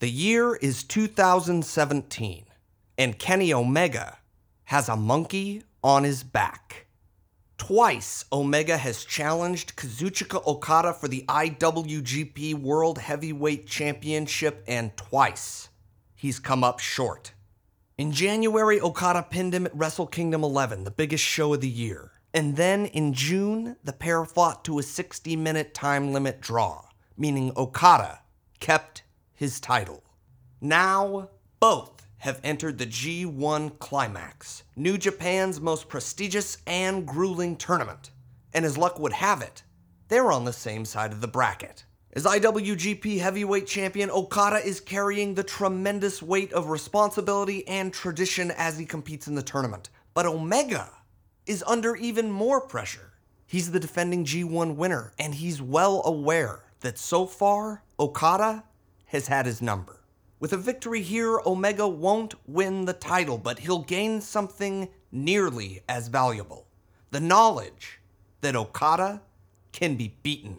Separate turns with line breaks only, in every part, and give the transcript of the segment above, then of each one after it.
The year is 2017, and Kenny Omega has a monkey on his back. Twice, Omega has challenged Kazuchika Okada for the IWGP World Heavyweight Championship, and twice, he's come up short. In January, Okada pinned him at Wrestle Kingdom 11, the biggest show of the year. And then in June, the pair fought to a 60 minute time limit draw, meaning Okada kept his title. Now, both have entered the G1 Climax, New Japan's most prestigious and grueling tournament. And as luck would have it, they're on the same side of the bracket. As IWGP Heavyweight Champion, Okada is carrying the tremendous weight of responsibility and tradition as he competes in the tournament. But Omega is under even more pressure. He's the defending G1 winner, and he's well aware that so far, Okada has had his number. With a victory here, Omega won't win the title, but he'll gain something nearly as valuable the knowledge that Okada can be beaten.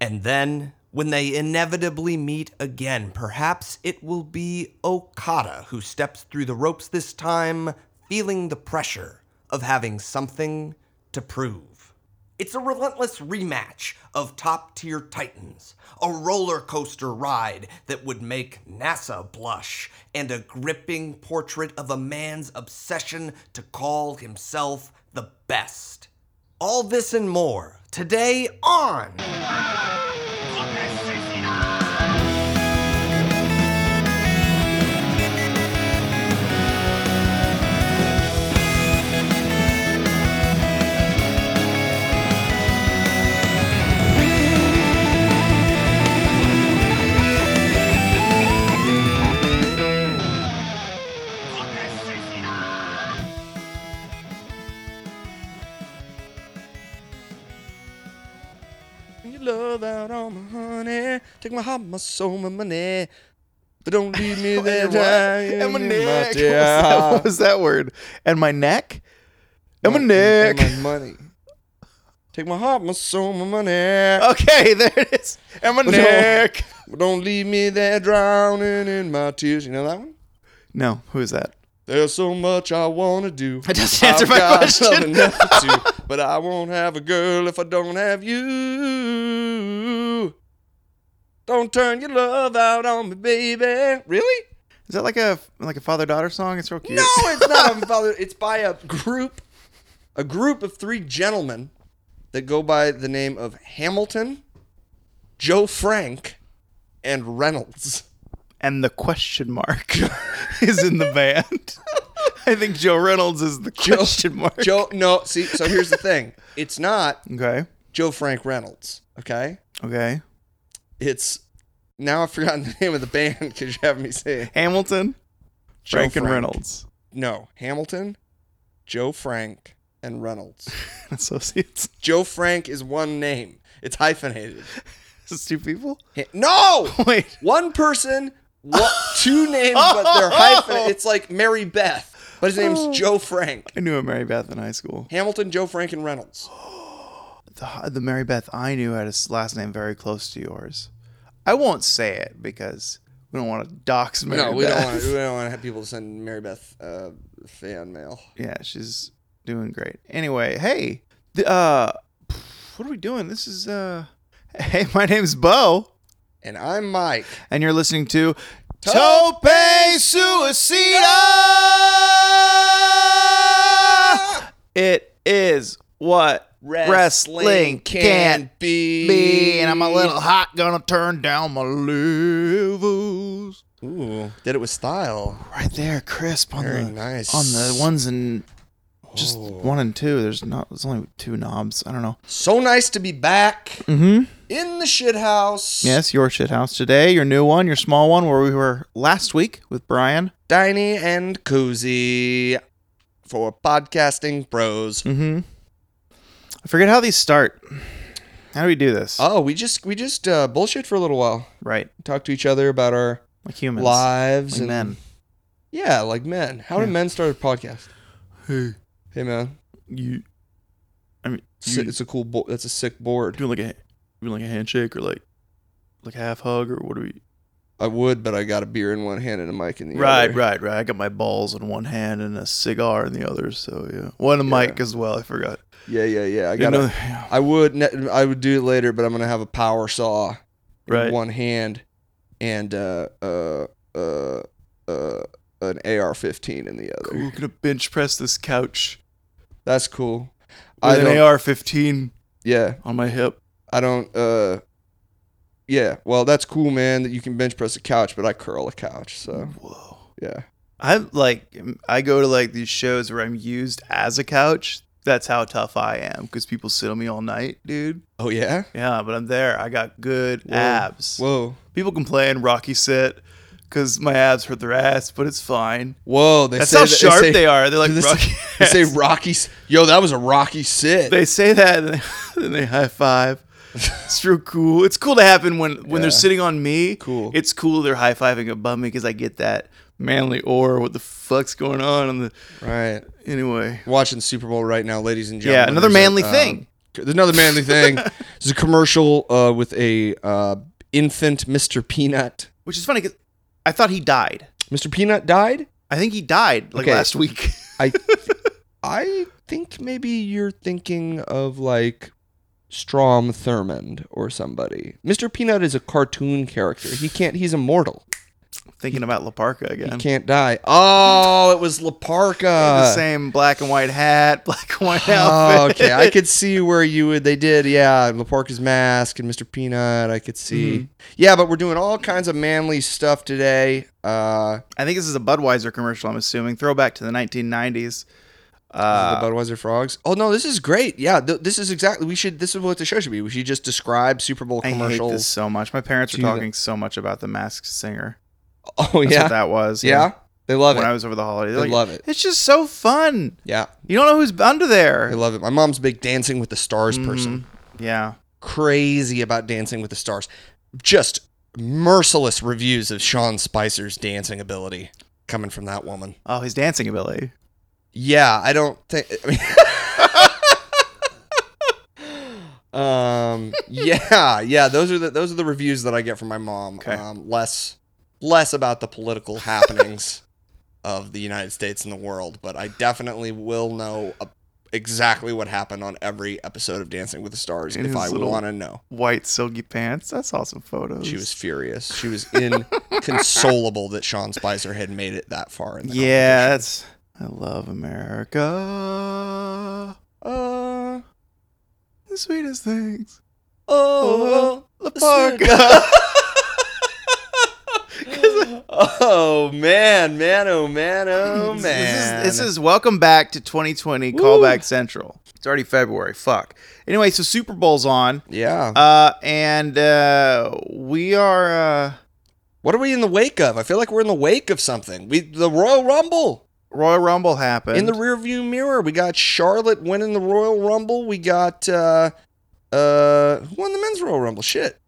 And then, when they inevitably meet again, perhaps it will be Okada who steps through the ropes this time, feeling the pressure of having something to prove. It's a relentless rematch of top tier titans, a roller coaster ride that would make NASA blush, and a gripping portrait of a man's obsession to call himself the best. All this and more today on. You love out all my honey. Take my heart, my soul, my money. But don't leave me there.
And what? And my
dying in
neck. What was,
dear
that, what
heart.
was that word? And my neck? And my
And
neck.
my money. Take my heart, my soul, my money.
Okay, there it is. And my
no.
neck.
But don't leave me there drowning in my tears. You know that one?
No, who is that?
There's so much I want to do.
That doesn't answer my
got
question.
nothing else to do, but I won't have a girl if I don't have you. Don't turn your love out on me, baby. Really?
Is that like a like a father daughter song? It's real cute.
No, it's not. A father, it's by a group, a group of three gentlemen that go by the name of Hamilton, Joe Frank, and Reynolds.
And the question mark is in the band. I think Joe Reynolds is the question mark.
Joe, no, see, so here's the thing. It's not
Okay.
Joe Frank Reynolds, okay?
Okay.
It's now I've forgotten the name of the band because you have me say it.
Hamilton,
Joe
Frank, and
Frank.
Reynolds.
no Hamilton, Joe Frank, and Reynolds.
Associates.
Joe Frank is one name. It's hyphenated.
It's two people?
Ha- No,
Wait.
one person, what two names, but they're hyphen. It's like Mary Beth, but his name's Joe Frank.
I knew a Mary Beth in high school.
Hamilton, Joe Frank, and Reynolds.
Uh, The, the Mary Beth I knew had a s- last name very close to yours. I won't say it because we don't want to dox Mary
no, we
Beth.
don't, want, we don't want to have people to send Mary Beth uh, fan mail.
Yeah, she's doing great. Anyway, hey, the, uh, what are we doing? This is uh, hey, my name's Bo,
And I'm Mike.
and you're listening to Tope Suicida. It is what
be.
be, and I'm a little hot, gonna turn down my levels.
Ooh, did it with style.
Right there, crisp on
Very
the
nice.
on the ones and just
Oh.
one and two. There's not. There's only two knobs. I don't know.
So nice to be back
Mm-hmm.
in the shit house.
Yes, your shit house today. Your new one, your small one, where we were last week with Brian.
Diny and cozy for podcasting pros.
Mm-hmm. I forget how these start. How do we do this?
Oh, we just we just uh, bullshit for a little while.
right,
Talk to each other about our
like humans,
lives
like
and
men.
Yeah, like men. How do
Yeah.
men start a podcast?
Hey,
Hey man,
you. I mean,
it's, a- it's a cool. Bo- that's a sick board.
doing like a doing like a handshake or like like half hug or what do we?
I would, but I got a beer in one hand and a mic in the
Right,
other.
right, right. I got my balls in one hand and a cigar in the other. So yeah, one a mic as well. I forgot.
Yeah, yeah, yeah. I
You
got.
know-
to I would. ne- I would do it later, but I'm gonna have a power saw in
Right.
one hand and uh, uh, uh, uh, an AR-15 in the other.
We're gonna bench press this couch
That's cool. I
with
don't.
an AR-15
yeah,
on my hip.
I don't. Uh, yeah. Well, that's cool, man. That you can bench press a couch, but I curl a couch. So
Whoa.
yeah.
I like I go to like these shows where I'm used as a couch. That's how tough I am because people sit on me all night, dude.
Oh yeah.
Yeah, but I'm there. I got good
Whoa.
abs.
Whoa.
People complain Rocky sit because my abs hurt their ass, but it's fine.
Whoa. They
That's
say
how
that- they
sharp
say-
they are. They're like
They say-
Rocky.
They say
ass.
Rocky's. Yo, that was a Rocky sit.
they say that and then- then they high five. It's real cool. It's cool to happen when when they're
Yeah.
sitting on me.
Cool.
It's cool they're high fiving above me because I get that manly aura. What the fuck's going on? on the
right.
anyway.
watching the Super Bowl right now, ladies and
Yeah,
gentlemen.
another
There's a,
manly
um,
thing.
there's another manly thing. There's a commercial uh, with a uh, infant Mr. Peanut.
Which is funny because I thought he died.
Mr. Peanut died.
I think he died like
Okay.
last week.
I I think maybe you're thinking of like Strom Thurmond or somebody. Mr. Peanut is a cartoon character. He can't. He's immortal.
Thinking about Laparca
He
again.
can't die. Oh, it was
the
Laparca.
same black and white hat, black and white
Uh, Oh,
outfit.
okay. I could see where you would. They did, yeah. Laporca's mask and Mr. Peanut. I could see.
Mm-hmm.
Yeah, but we're doing all kinds of manly stuff today. Uh,
I think this is a Budweiser commercial. I'm assuming throwback to the 1990s.
uh,
Uh,
the Budweiser frogs. Oh no, this is great. Yeah, th- this is exactly. We should. This is what the show should be. We should just describe Super Bowl
I hate
commercials.
this so much. My parents were
Do the-
talking so much about the Masked Singer.
Oh
That's
yeah,
what that was.
yeah. They love
when
it.
I was over the holidays,
They
Like,
love it.
It's just so fun.
Yeah,
You don't know who's under
they
there. Mm,
love it. My mom's a big Dancing with the Stars
mm-hmm.
person.
Yeah,
Crazy about Dancing with the Stars. Just merciless reviews of Sean Spicer's dancing ability coming from that woman.
oh, his dancing ability.
Yeah, I don't think. I mean, um. Yeah, yeah. Those are the those are the reviews that I get from my mom.
Okay.
Um, less less about the political happenings of the United States and the world, but I definitely will know uh, exactly what happened on every episode of Dancing with the Stars
In
if
his
I
little-
want to know.
White silky pants. I saw some photos.
She was furious. She was inconsolable that Sean Spicer had made it that far. In the
Yeah, that's. I love America.
competition. Uh,
The sweetest things.
oh,
the
park. oh man, man, oh man, oh
This-
man.
This is, this is welcome back to 2020
Woo.
Callback Central. It's already February. Fuck. Anyway, so Super Bowl's on,
yeah.
uh, and uh, we are. Uh,
What are we in the wake of? I feel like we're in the wake of something. We the Royal Rumble
Royal Rumble happened.
in the rearview mirror. We got Charlotte winning the Royal Rumble. We got uh uh who won the men's Royal Rumble? Shit.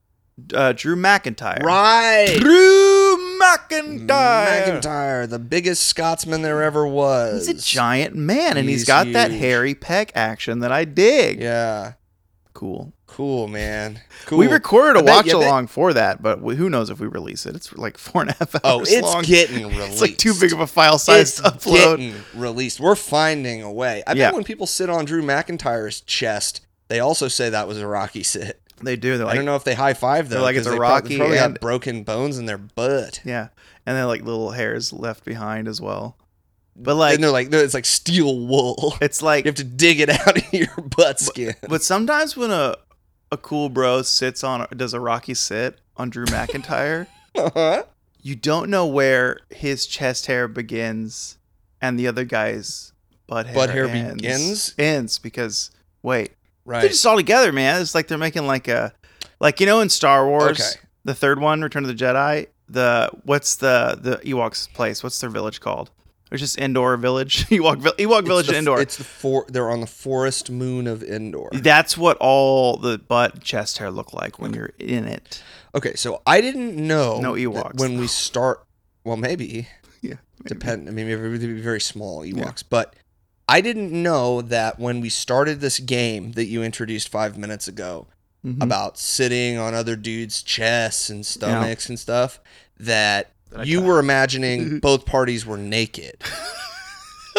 uh, Drew McIntyre.
Right.
Drew McIntyre.
McIntyre, the biggest Scotsman there ever was.
He's a giant man, and he's
He's
got that
huge.
hairy peck action that I dig.
Yeah.
Cool.
Cool, man. Cool.
We recorded a
I bet-
watch
yeah, I bet-
along for that, but wh- who knows if we release it? It's like four and a half hours
Oh, it's
long.
getting released.
It's like too big of a file size
it's
to upload.
getting released. We're finding a way. I
Yeah.
bet when people sit on Drew McIntyre's chest, they also say that was a Rocky sit.
They do. They're
I
like,
don't know if they high five though.
They're like,
'cause
it's a
they prob-
Rocky
Probably
and-
got broken bones in their butt.
yeah, and then like little hairs left behind as well. But like,
and they're like, no, it's like steel wool.
it's like,
you have to dig it out of your butt skin.
but sometimes when a a cool bro sits on does a Rocky sit on Drew McIntyre,
Uh-huh.
you don't know where his chest hair begins and the other guy's butt hair
Butt hair
ends,
begins?
ends because wait. They're
Right.
just all together, man. It's like they're making like a, like you know, in Star Wars,
Okay.
the third one, Return of the Jedi. The what's the the Ewoks place? What's their village called? It's just Endor village, Ewok vill- Ewok village,
it's the,
Endor.
It's the for, they're on the forest moon of Endor.
That's what all the butt chest hair look like when you're in it.
Okay, so I didn't know
No
that
Ewoks,
when we start. Well, maybe.
Yeah, maybe.
Depend. I mean, it would be very small Ewoks,
Yeah.
but I didn't know that when we started this game that you introduced five minutes ago
Mhm.
about sitting on other dudes' chests and stomachs and stuff. that
That I
you
tried.
were imagining both parties were naked.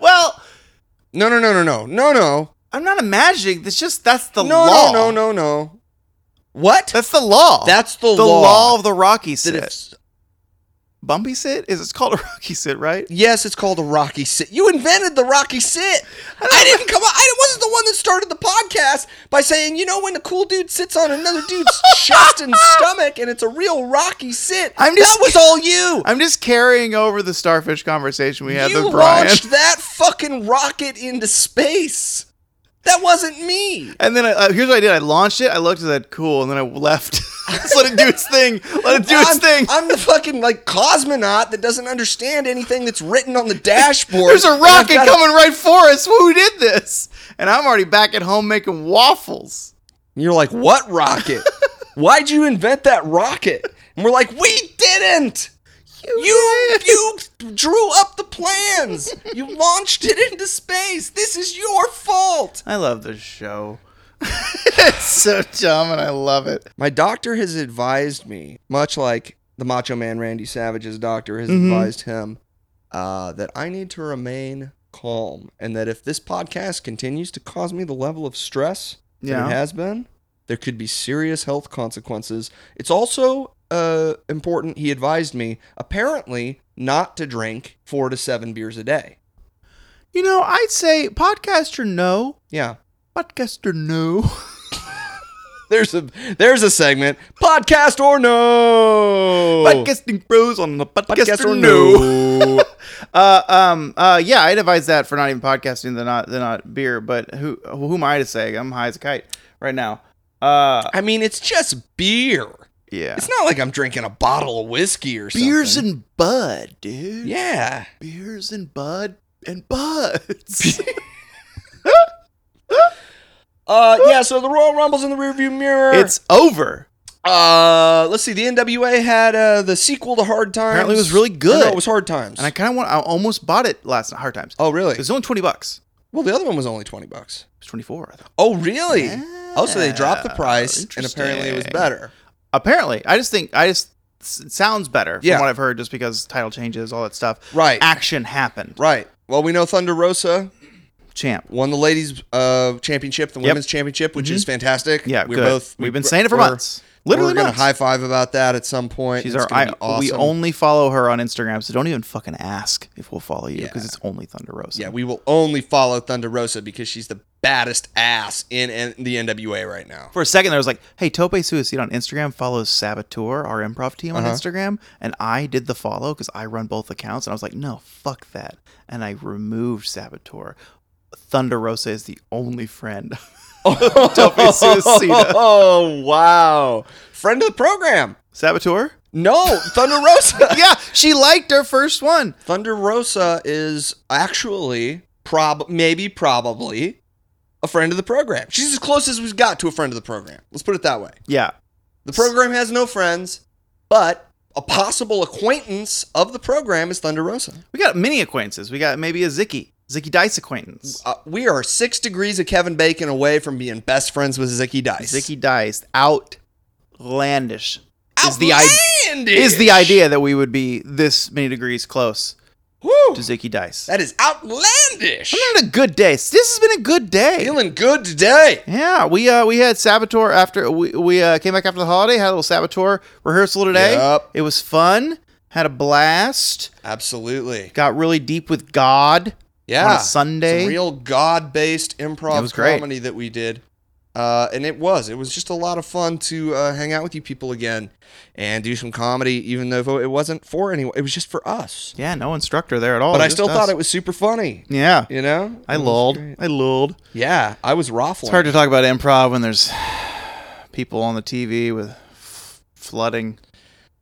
well,
No, no, no, no, no, no, no,
I'm not imagining. It's just that's the
no,
law.
no, no, no, no. What?
That's the law.
That's the,
the law,
law.
of the Rocky sit.
that if-
Bumpy sit is it's called a Rocky sit, right?
yes, it's called a Rocky sit. You invented the Rocky sit. I didn't come. Up, I wasn't the one that started the podcast by saying, you know, when a cool dude sits on another dude's chest and stomach, and it's a real Rocky sit.
I'm just-
that was all you.
I'm just carrying over the starfish conversation we had
you
with Brian,
launched that fucking rocket into space. That wasn't me.
and then I, uh, here's what I did: I launched it, I looked at that cool, and then I left. Just let it do its thing. Let it do its
I'm,
thing.
I'm the fucking like cosmonaut that doesn't understand anything that's written on the dashboard.
There's a
And I've
rocket
gotta-
coming right for us. Who did this? And I'm already back at home making waffles.
And you're like, what rocket? Why'd you invent that rocket? And we're like, we didn't. You you drew up the plans. You launched it into space. This is your fault.
I love this show. it's so dumb, and I love it.
My doctor has advised me, much like the Macho Man Randy Savage's doctor has
Mhm.
advised him, uh, that I need to remain calm and that if this podcast continues to cause me the level of stress that it
Yeah.
has been, there could be serious health consequences. It's also uh, important, he advised me, apparently, not to drink four to seven beers a day.
You know, I'd say podcaster no,
Yeah.
podcaster no.
There's a there's a segment podcast or no
Podcasting pros on the podcaster,
podcast or
no.
Oh. no
Uh, um, uh, yeah, I'd advise that for not even podcasting, than not, than not beer. But who, who am I to say? I'm high as a kite right now. Uh,
I mean, it's just beer.
yeah.
It's not like I'm drinking a bottle of whiskey or something.
Beers and bud, dude.
yeah,
Beers and bud and buds.
uh, yeah. So the Royal Rumble's in the rearview mirror.
it's over.
uh, let's see. The NWA had uh, the sequel to Hard Times.
Apparently it was really good.
No, it was Hard Times.
And I kind of want. I almost bought it last night. Hard times.
oh, really?
It was only twenty bucks.
Well, the other one was only twenty bucks.
It was twenty four. I thought.
Oh, really? Oh, so they
Yeah,
dropped the price, and apparently it was
interesting.
better.
Apparently, I just think I just it sounds better from
Yeah.
what I've heard, just because title changes, all that stuff.
Right.
Action happened.
Right. Well, we know Thunder Rosa
Champ.
won the ladies' uh, championship, the
Yep. Mm-hmm.
women's championship, which is fantastic.
Yeah,
we're
good.
both
We've been saying it for
we're-
months. Literally
we're gonna
months.
high five about that at some point.
She's
It's
our.
gonna be
I- We
awesome.
only follow her on Instagram, so don't even fucking ask if we'll follow you
Yeah.
because it's only Thunder Rosa.
Yeah, we will only follow Thunder Rosa because she's the baddest ass in, in the NWA right now.
For a second, there was like, "Hey, Tope Suicide on Instagram follows Saboteur, our improv team on
Uh-huh.
Instagram," and I did the follow because I run both accounts, and I was like, "No, fuck that," and I removed Saboteur. Thunder Rosa is the only friend. Tope Suicida.
Oh wow. Friend of the program.
Saboteur?
No, Thunder Rosa.
Yeah, she liked our first one.
Thunder Rosa is actually prob maybe probably a friend of the program. She's as close as we've got to a friend of the program. Let's put it that way.
Yeah,
The program has no friends, but a possible acquaintance of the program is Thunder Rosa.
we got many acquaintances. We got maybe a Zicky, Zicky Dice acquaintance.
Uh, we are six degrees of Kevin Bacon away from being best friends with Zicky Dice.
Zicky Dice, outlandish is the idea.
idea.
Is the idea that we would be this many degrees close to Zicky Dice?
That is outlandish.
I'm having a good day. This has been a good day.
Feeling good today.
yeah, we uh we had Saboteur after we we uh, came back after the holiday. Had a little Saboteur rehearsal today.
Yep.
It was fun. Had a blast.
Absolutely.
Got really deep with God
Yeah.
on a Sunday.
Some real God-based improv
It was great.
comedy that we did. Uh, and it was. It was just a lot of fun to uh, hang out with you people again and do some comedy, even though it wasn't for anyone. It was just for us.
yeah, no instructor there at all.
But I still thought it was super funny.
Yeah,
You know?
I
It was
lulled.
great.
I lulled.
Yeah, I was
It's
raffling.
hard to talk about improv when there's people on the TV with f- flooding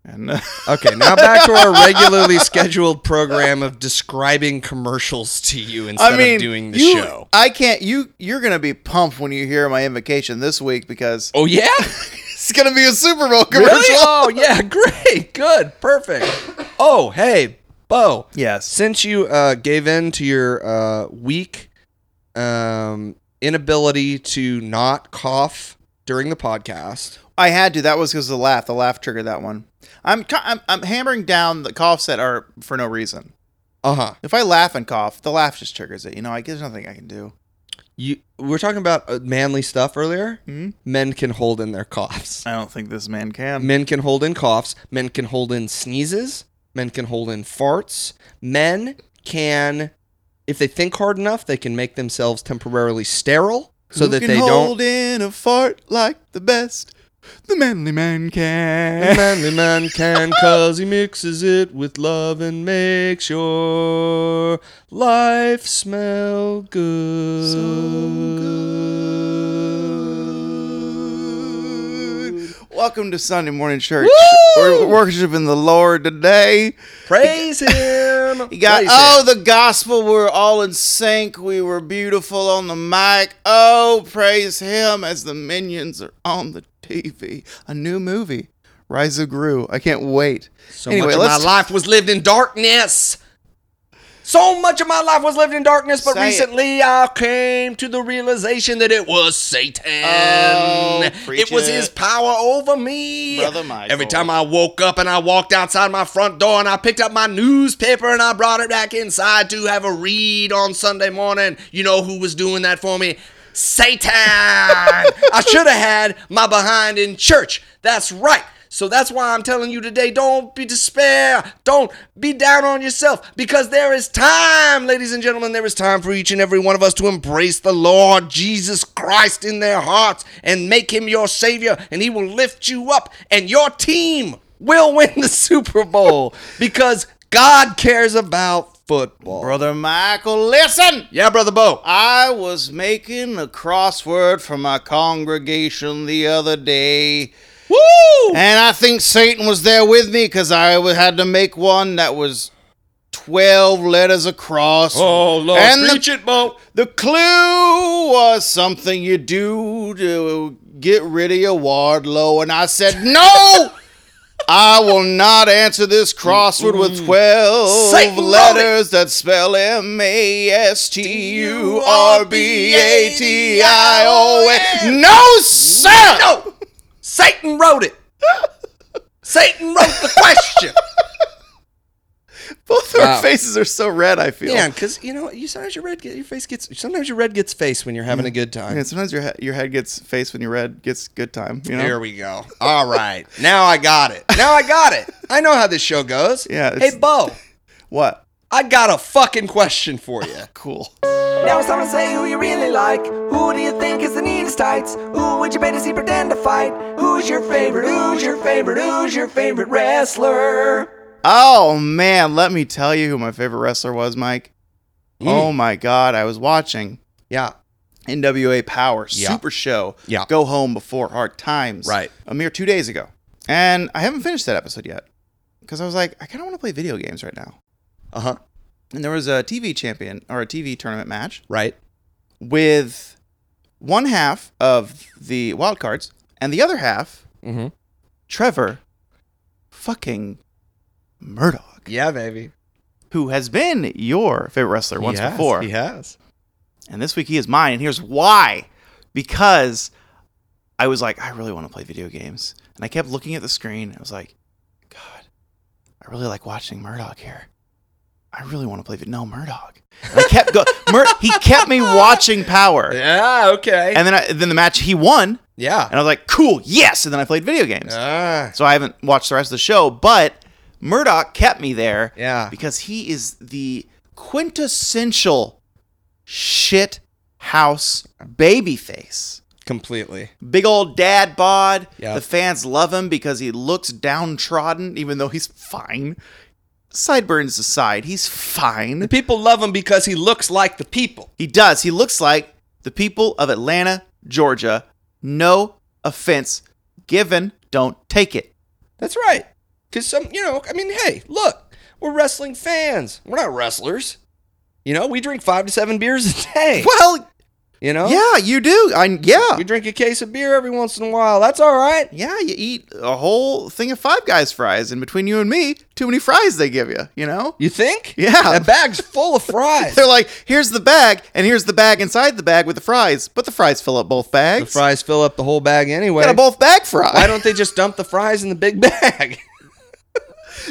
and.
Okay, now back to our regularly scheduled program of describing commercials to you instead of doing the
you-
show.
I can't. You you're gonna be pumped when you hear my invocation this week because
Oh yeah,
it's gonna be a Super Bowl commercial.
really? Oh yeah, great, good, perfect. Oh hey, Bo,
Yes.
since you uh, gave in to your uh, weak um, inability to not cough during the podcast,
I had to. That was because the laugh. The laugh triggered that one. I'm, ca- I'm I'm hammering down the coughs that are for no reason.
Uh huh.
If I laugh and cough, the laugh just triggers it. You know, I there's nothing I can do.
You we were talking about uh, manly stuff earlier.
Hmm?
Men can hold in their coughs.
I don't think this man can.
Men can hold in coughs. Men can hold in sneezes. Men can hold in farts. Men can, if they think hard enough, they can make themselves temporarily sterile so
Who
that
can
they
hold
don't.
in a fart like the best. The manly man
The
can.
manly man can, cause he mixes it with love and makes your life smell good.
Welcome to Sunday morning church. We're worshiping the Lord today.
Praise him.
You got
Praise him.
oh the gospel. We're all in sync. We were beautiful on the mic. Oh, praise Him as the minions are on the TV. A new movie, Rise of Gru. I can't wait.
So
Anyway,
much of my
let's-
life was lived in darkness. So much of my life was lived in darkness, but
Say it.
recently I came to the realization that it was Satan.
Oh,
it
preach
was
it.
his power over me.
Brother Michael.
Every time I woke up and I walked outside my front door and I picked up my newspaper and I brought it back inside to have a read on Sunday morning, you know who was doing that for me? Satan! I should have had my behind in church. That's right. So that's why I'm telling you today don't be despair. Don't be down on yourself because there is time, ladies and gentlemen. There is time for each and every one of us to embrace the Lord Jesus Christ in their hearts and make him your Savior, and he will lift you up, and your team will win the Super Bowl because God cares about football.
Brother Michael, listen.
Yeah, Brother Bo.
I was making a crossword for my congregation the other day.
Woo!
And I think Satan was there with me because I wa- had to make one that was 12 letters across.
Oh, Lord.
And the-
preach it, Bo.
The clue was something you do to get rid of your Wardlow. And I said, No! I will not answer this crossword with 12
Satan wrote it.
letters that spell M A S T U R B A T I O N. No, sir!
No! Satan wrote it. Satan wrote the question.
Both our
Wow.
faces are so red, I feel.
yeah, because you know, you sometimes your red get, your face gets sometimes your red gets face when you're having a good time.
Yeah, sometimes your head, your head gets face when your red gets good time. You know.
Here we go. All right, now I got it. Now I got it. I know how this show goes.
Yeah, it's-
Hey Bo,
What?
I got a fucking question for you.
Cool.
Now it's time to say who you really like. Who do you think is the neatest tights? Who would you bet to see pretend to fight? Who's your favorite? Who's your favorite? Who's your favorite wrestler?
Oh man, let me tell you who my favorite wrestler was, Mike.
Mm.
Oh my God, I was watching
Yeah.
NWA Power
Yeah.
Super Show.
Yeah.
Go home before hard times.
Right.
A mere two days ago, and I haven't finished that episode yet because I was like, I kind of want to play video games right now.
Uh huh.
And there was a TV champion or a TV tournament match
Right.
with one half of the wild cards and the other half
Mm-hmm.
Trevor fucking Murdoch,
Yeah, baby.
who has been your favorite wrestler once
He has.
before.
He has.
And this week he is mine. And here's why because I was like, I really want to play video games. And I kept looking at the screen. I was like, God, I really like watching Murdoch here. I really want to play. vid- No, Murdoch. And I kept go. Mur- he kept me watching Power.
Yeah. Okay.
And then, I, then the match he won,
yeah.
and I was like, "Cool, yes!" And then I played video games.
Ah.
So I haven't watched the rest of the show, but Murdoch kept me there
Yeah.
because he is the quintessential shit house babyface.
Completely.
Big old dad bod.
Yeah.
The fans love him because he looks downtrodden, even though he's fine. Sideburns aside, he's fine.
The people love him because he looks like the people.
He does. He looks like the people of Atlanta, Georgia. No offense given. Don't take it.
That's right. Because some, you know, I mean, hey, look, we're wrestling fans. We're not wrestlers. You know, we drink five to seven beers a day.
Well,
You know?
yeah, you do. I yeah.
We drink a case of beer every once in a while. That's all right.
Yeah, you eat a whole thing of Five Guys fries, and between you and me, too many fries they give you, you know?
You think?
Yeah.
That bag's full of fries.
They're like, here's the bag, and here's the bag inside the bag with the fries, but the fries fill up both
the
bags.
fries fill up the whole bag anyway.
Got a both bag fry.
Why don't they just dump the fries in the big bag?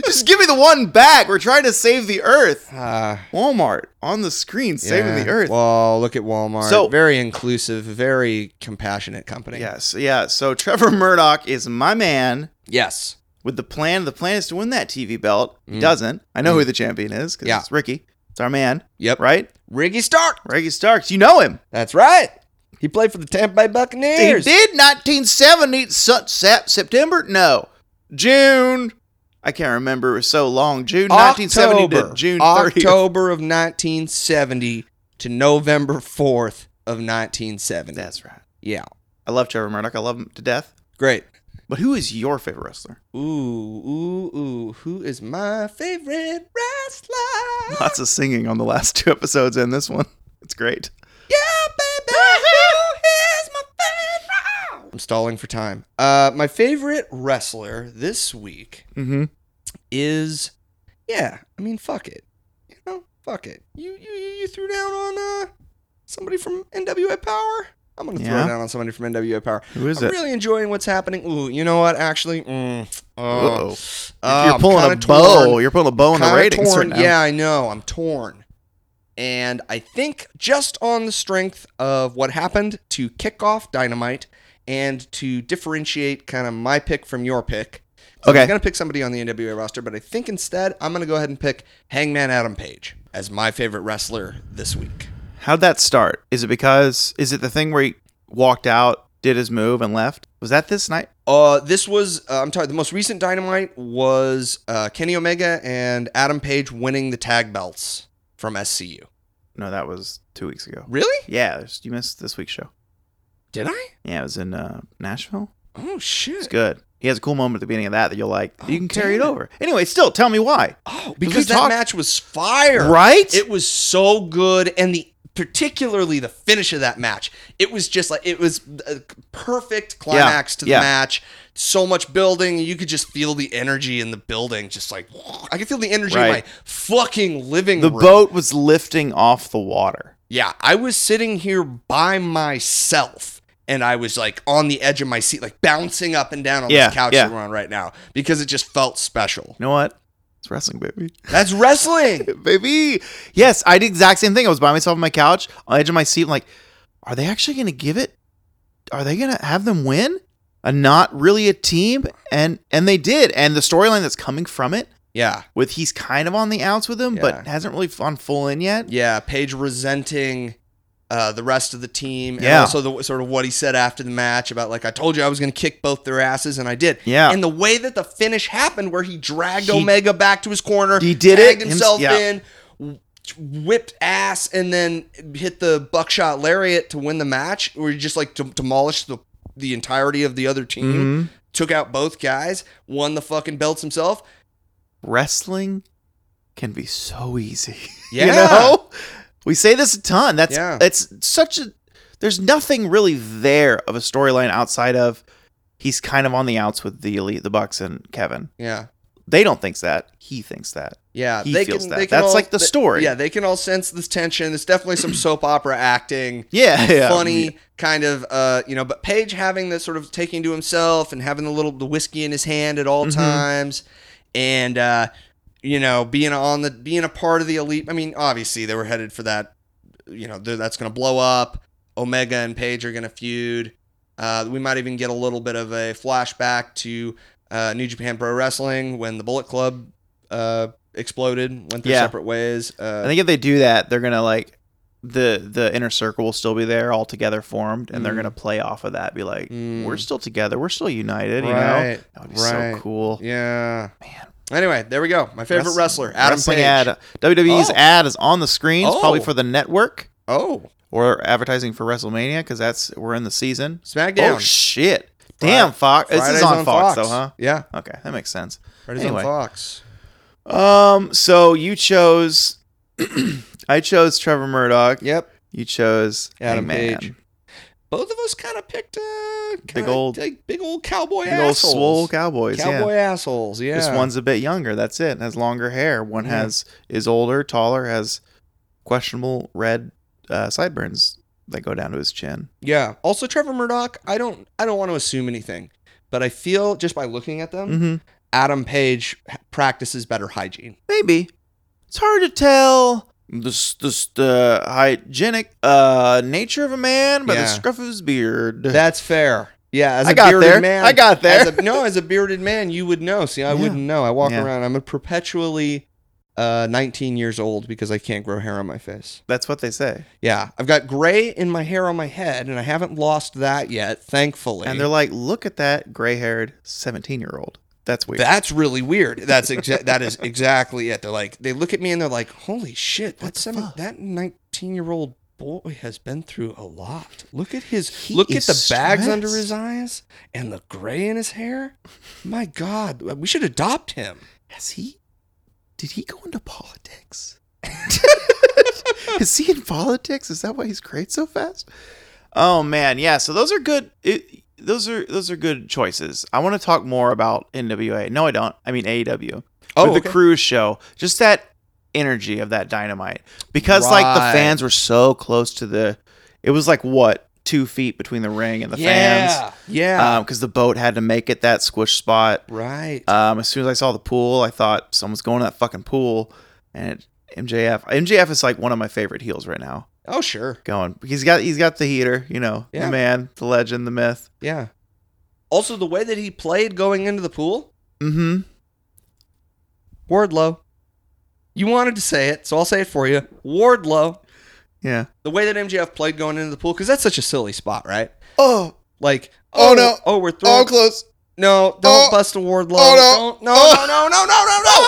Just give me the one back. We're trying to save the Earth.
Uh,
Walmart on the screen Ah, saving
yeah.
the Earth.
Well, look at Walmart.
So-
very inclusive, very compassionate company.
yes, yeah. So Trevor Murdoch is my man
Yes.
with the plan. The plan is to win that TV belt. He doesn't. I know who the champion is because
Mm. Yeah.
it's Ricky. It's our man,
Yep.
right?
Ricky Stark.
Ricky Starks. You know him.
That's right. He played for the Tampa Bay
He
Buccaneers.
did 1970 se- se- September? No, June. I can't remember. It was so long. June 1970
October,
to June 30th.
October of 1970 to November 4th of 1970.
That's right.
yeah.
I love Trevor Murdoch. I love him to death.
Great.
But who is your favorite wrestler?
Ooh, ooh, ooh. Who is my favorite wrestler?
Lots of singing on the last two episodes and this one. It's great.
Yeah, baby. Who is my favorite? I'm stalling for time. Uh, my favorite wrestler this week
Mm-hmm.
is, yeah. I mean, fuck it. You know, fuck it. You you you you threw down on uh somebody from NWA Power. I'm gonna
Yeah.
throw down on somebody from NWA Power.
Who is
I'm
it?
really enjoying what's happening. Ooh, you know what? Actually, mm,
Uh-oh.
oh,
You're pulling a bow. You're pulling a bow on Oh, the
Kinda
ratings
torn.
right now.
Yeah, I know. I'm torn. And I think just on the strength of what happened to kick off Dynamite and to differentiate kind of my pick from your pick. so
Okay.
I'm going to pick somebody on the NWA roster, but I think instead I'm going to go ahead and pick Hangman Adam Page as my favorite wrestler this week.
How'd that start? Is it because is it the thing where he walked out, did his move, and left? Was that this night?
Uh, this was uh, I'm sorry. The most recent Dynamite was uh, Kenny Omega and Adam Page winning the tag belts from SCU.
No, that was two weeks ago.
Really?
Yeah, there's- you missed this week's show.
Did I?
Yeah, it was in uh, Nashville.
Oh shit!
It's good. He has a cool moment at the beginning of that that you'll like. you
Oh,
can carry it
damn it.
over. Anyway, still tell me why.
Oh,
we
because that
talk-
match was fire.
Right?
It was so good, and the particularly the finish of that match. It was just like it was a perfect climax to the
yeah.
match. So much building, you could just feel the energy in the building. Just like I could feel the energy in my
Right.
fucking living
the
room.
boat was lifting off the water.
Yeah, I was sitting here by myself and I was like on the edge of my seat, like bouncing up and down on
Yeah,
this couch
yeah.
that we're on right now because it just felt special.
You know what? It's wrestling, baby.
That's wrestling.
baby. Yes, I did the exact same thing. I was by myself on my couch, on the edge of my seat. I'm like, are they actually going to give it? Are they going to have them win? A not really a team, and and they did. And the storyline that's coming from it,
Yeah.
with he's kind of on the outs with him, but
Yeah.
hasn't really gone full in yet.
Yeah. Paige resenting uh, the rest of the team and
Yeah.
also the sort of what he said after the match about like I told you I was gonna kick both their asses and I did.
Yeah.
And the way that the finish happened where he dragged
He-
Omega back to his corner,
He did
tagged
it hims-
himself
yeah.
in, w- whipped ass, and then hit the buckshot lariat to win the match, where he just like dem- demolished the the entirety of the other team,
Mhm.
took out both guys, won the fucking belts himself.
Wrestling can be so easy.
Yeah.
you know? We say this a ton. That's
Yeah.
it's such a there's nothing really there of a storyline outside of he's kind of on the outs with the elite, the Bucks and Kevin.
Yeah.
They don't think that. He thinks that.
Yeah,
He feels that. That's like the
they-
story.
yeah, they can all sense this tension. There's definitely some soap opera acting,
Yeah. yeah.
funny kind of, uh, you know. But Paige having this sort of taking to himself and having the little the whiskey in his hand at all
Mhm.
times, and uh, you know, being on the being a part of the elite. I mean, obviously they were headed for that. You know, they're- that's going to blow up. Omega and Paige are going to feud. Uh, we might even get a little bit of a flashback to uh, New Japan Pro Wrestling when the Bullet Club uh, exploded, went their
Yeah.
separate ways. Uh,
I think if they do that, they're gonna like the the inner circle will still be there all together formed and they're
Mm.
gonna play off of that, be like,
Mm.
We're still together, we're still united, you know?
right.
That would be
Right.
so cool.
Yeah.
Man.
Anyway, there we go. My favorite
Wrest-
wrestler, Adam
wrestling
Page.
ad. WWE's
Oh.
ad is on the screen. It's probably
Oh.
for the network
Oh,
or advertising for WrestleMania because that's we're in the season.
SmackDown.
Oh shit! Damn, Fox. this
Fridays
is on, Fox, though, huh?
Yeah,
Okay, that makes sense.
Fridays
Anyway.
on Fox.
Um, so you chose. I chose Trevor Murdoch.
Yep.
You chose
Adam
Hangman.
Page. Both of us kind of picked uh, kinda
Big old-
like, big old cowboy
Big old
assholes.
swole cowboys.
cowboy
yeah.
assholes. Yeah.
This one's a bit younger. That's it. Has longer hair. One
Yeah.
has is older, taller, has questionable red uh, sideburns that go down to his chin.
Yeah. Also, Trevor Murdoch. I don't. I don't want to assume anything, but I feel just by looking at them,
Mm-hmm.
Adam Page practices better hygiene.
Maybe. It's hard to tell the, the, the hygienic uh, nature of a man by the
Yeah.
scruff of his beard.
That's fair. Yeah, as a
I got
bearded
there.
man,
I got there.
As a, no, as a bearded man, you would know. See, I
Yeah.
wouldn't know. I walk
Yeah.
around. I'm a perpetually uh, 19 years old because I can't grow hair on my face.
That's what they say.
Yeah, I've got gray in my hair on my head, and I haven't lost that yet, thankfully.
And they're like, look at that gray haired 17 year old. That's weird.
That's really weird. That's exa- that is exactly it. They're like they look at me and they're like, "Holy shit! That seven, that nineteen-year-old boy has been through a lot. Look at his look at
is
the bags under
stressed.
his eyes and the gray in his hair. My God, we should adopt him.
Has he? Did he go into politics? Is he in politics? Is that why he's great so fast? Oh man, yeah. So those are good. It, those are those are good choices. I want to talk more about NWA. No, I don't. I mean AEW.
Oh,
With
okay.
the cruise show, just that energy of that dynamite because like the
Right.
fans were so close to the. It was like what two feet between the ring and the fans.
yeah,
because the boat had to make it that squish spot.
right.
Um, as soon as I saw the pool, I thought someone's going to that fucking pool. And MJF, MJF is like one of my favorite heels right now.
oh, sure.
Going, he's got he's got the heater, you know,
Yeah.
the man, the legend, the myth.
Yeah. Also, the way that he played going into the pool,
Mm-hmm.
Wardlow. You wanted to say it, so I'll say it for you. Wardlow.
Yeah.
the way that MJF played going into the pool because that's such a silly spot, right?
Oh,
Like,
Oh, no.
oh, we're throwing.
close.
no, don't
Oh.
bust a Wardlow.
Oh, no.
Don't- no,
Oh.
no, no, no, no, no, no.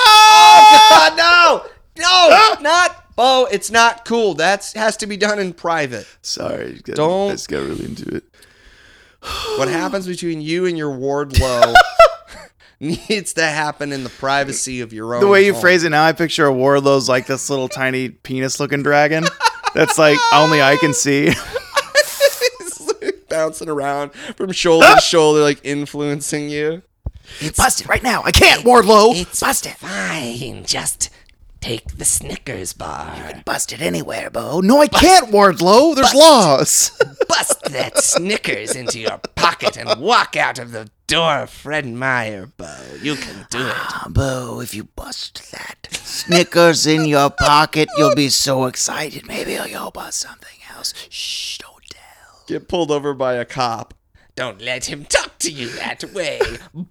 Oh,
God, no, no,
Ah.
not Bo. It's not cool. That's has to be done in private.
Sorry, I got,
Don't-
I just got really into it.
What happens between you and your Wardlow needs to happen in the privacy of your own.
The way you
home.
phrase it now, I picture a Warlow's like this little tiny penis-looking dragon that's like only I can see.
It's like bouncing around from shoulder to shoulder, like influencing you.
Bust it right now! I can't, Wardlow.
It's bust it. Fine, just take the Snickers bar.
Bust it anywhere, Bo. No, I can't, Wardlow. There's laws.
Bust that Snickers into your pocket and walk out of the door, Fred Meyer, Bo. You can do it.
Bo, if you bust that Snickers in your pocket, you'll be so excited. Maybe you'll bust something else. Shh, don't tell.
Get pulled over by a cop.
Don't let him talk to you that way.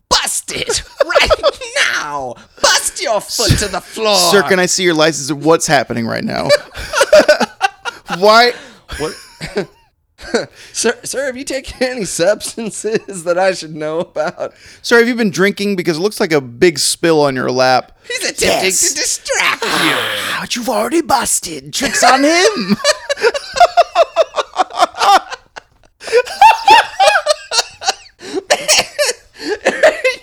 Bust it right now. Bust your foot to the floor.
Sir, can I see your license? What's happening right now? Why?
What? sir, sir, have you taken any substances that I should know about?
Sir, have you been drinking? Because it looks like a big spill on your lap.
He's attempting
Yes. Ah,
to distract you.
But you've already busted. Tricks on him.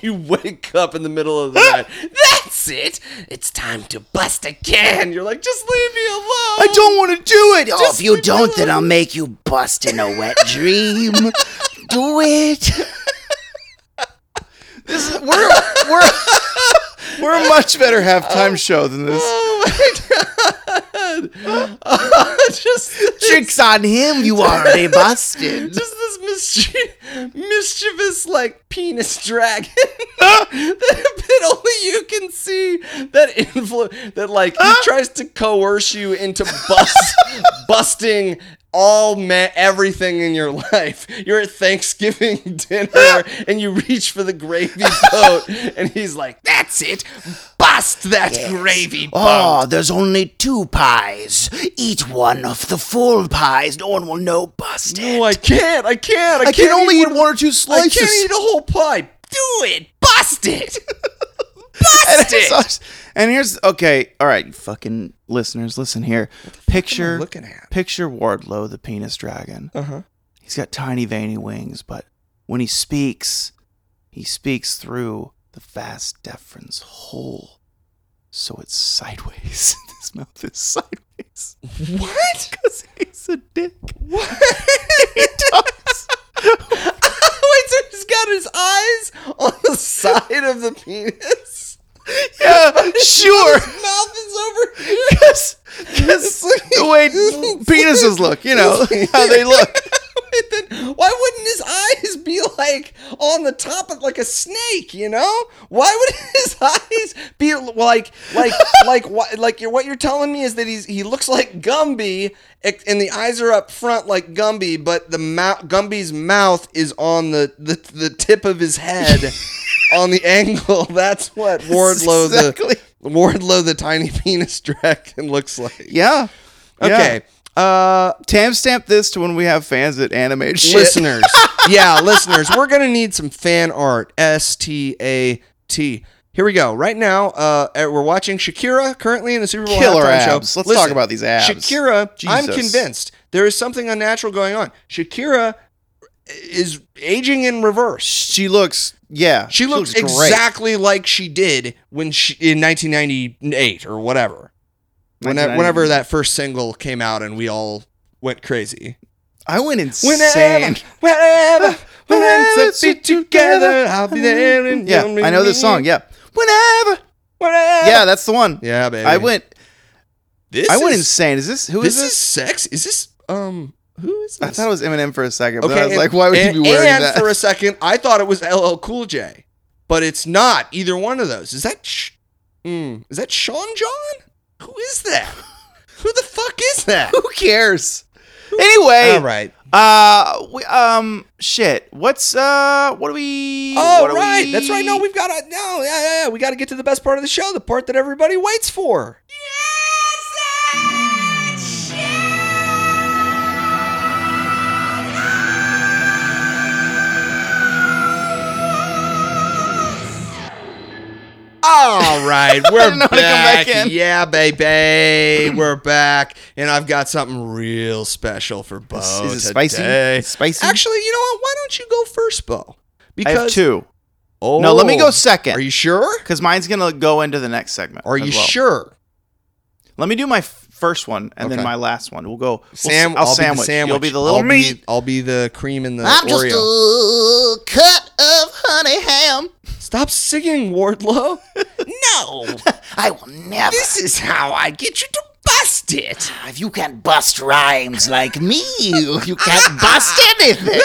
You wake up in the middle of the
Ah,
night
That's it. It's time to bust again.
and you're like, just leave me alone.
I don't want to do it.
Oh, if you don't, then I'll make you bust in a wet dream. Do it.
we're we're we're a much better halftime show than this.
just,
Tricks on him. You already busted.
just this mischie- mischievous, like, penis dragon that only you can see that influ- that, like, he tries to coerce you into bust- busting all ma- everything in your life. You're at Thanksgiving dinner and you reach for the gravy boat and he's like,
That's it. Bust that gravy.
Oh, there's only two pies. Eat one of the full pies. No one will know. Bust it.
"Oh, I can't, I can't, I,
I
can't
can only
eat
eat one or two
I
slices.
can't eat a whole pie.
Do it. Bust it.
and,
Bust it.
it's- and here's okay, all right, fucking listeners, listen here. Picture
looking at?
picture Wardlow, the penis dragon.
Uh-huh.
He's got tiny veiny wings, but when he speaks, he speaks through the vast deference hole. So it's sideways. His mouth is sideways.
What?
Because he's a dick.
What? he does. Wait, so he's got his eyes on the side of the penis.
Yeah, sure.
Mouth is over here.
Because the way penises look, you know, how they look.
And then why wouldn't his eyes be like on the top of like a snake, you know? Why would his eyes be like like like what like you're, what you're telling me is that he's he looks like Gumby ex- and the eyes are up front like Gumby, but the mouth Gumby's mouth is on the the, the tip of his head on the angle. That's what Wardlow
Exactly.
the Wardlow the tiny penis dragon looks like.
Yeah.
Okay. Uh
Tam stamp this to when we have fans that animate shit.
listeners. yeah, listeners, we're gonna need some fan art. S T A T. Here we go. Right now, uh, eh, we're watching Shakira currently in the Super Bowl
Killer
halftime show.
abs. Let's talk about these abs.
Shakira. I'm
Jesus.
convinced there is something unnatural going on. Shakira is aging in reverse.
She looks, yeah.
She looks exactly like she did when she in 1998 or whatever. Whenever,
1990.
whenever that first single came out and we all went crazy.
I went insane.
Whenever, whenever,
Whenever
whenever we be together, I'll be there. And
mm-hmm. Yeah, I know this song. Yeah. Whenever.
Whenever.
Yeah, that's the one.
yeah, baby.
I went.
This
I went
is-
insane. Is this who is
This
this?
is sex. Is this um? Who is this?
I thought it was Eminem for a second, but then I was like, why would
and,
you be wearing
and
that?
for a second, I thought it was LL Cool J, but it's not either one of those. Is that? Sh- mm, is that Sean John? Who is that? who the fuck is that?
who cares? Anyway,
All right.
uh, we, um, shit. What's uh, what do we?
Oh
what do
right, that's right. No,
we
we've got to no, yeah, yeah, yeah. We got to get to the best part of the show, the part that everybody waits for. All right, we're
know how to come
back.
back in.
Yeah, baby, we're back, and I've got something real special for Bo
is it
Oh, today.
spicy? Spicy.
Actually, you know what? Why don't you go first, Bo?
I
Because
have two.
Oh,
No, let me go
Are
second
you sure?
because mine's gonna go into the next segment.
Are
as
you
well.
sure?
Let me do my f- first one and
Okay.
then my last one. We'll go. we'll s-
Sam,
I'll,
I'll, be the
sandwich.
sandwich.
You'll be the little
I'll
meat.
Be, I'll be the cream in the
I'm just
Oreo.
a cut of honey ham.
Stop singing, Wardlow.
No, I will never. Ah,
is how I get you to bust it.
If you can't bust rhymes like me, you you can't bust anything.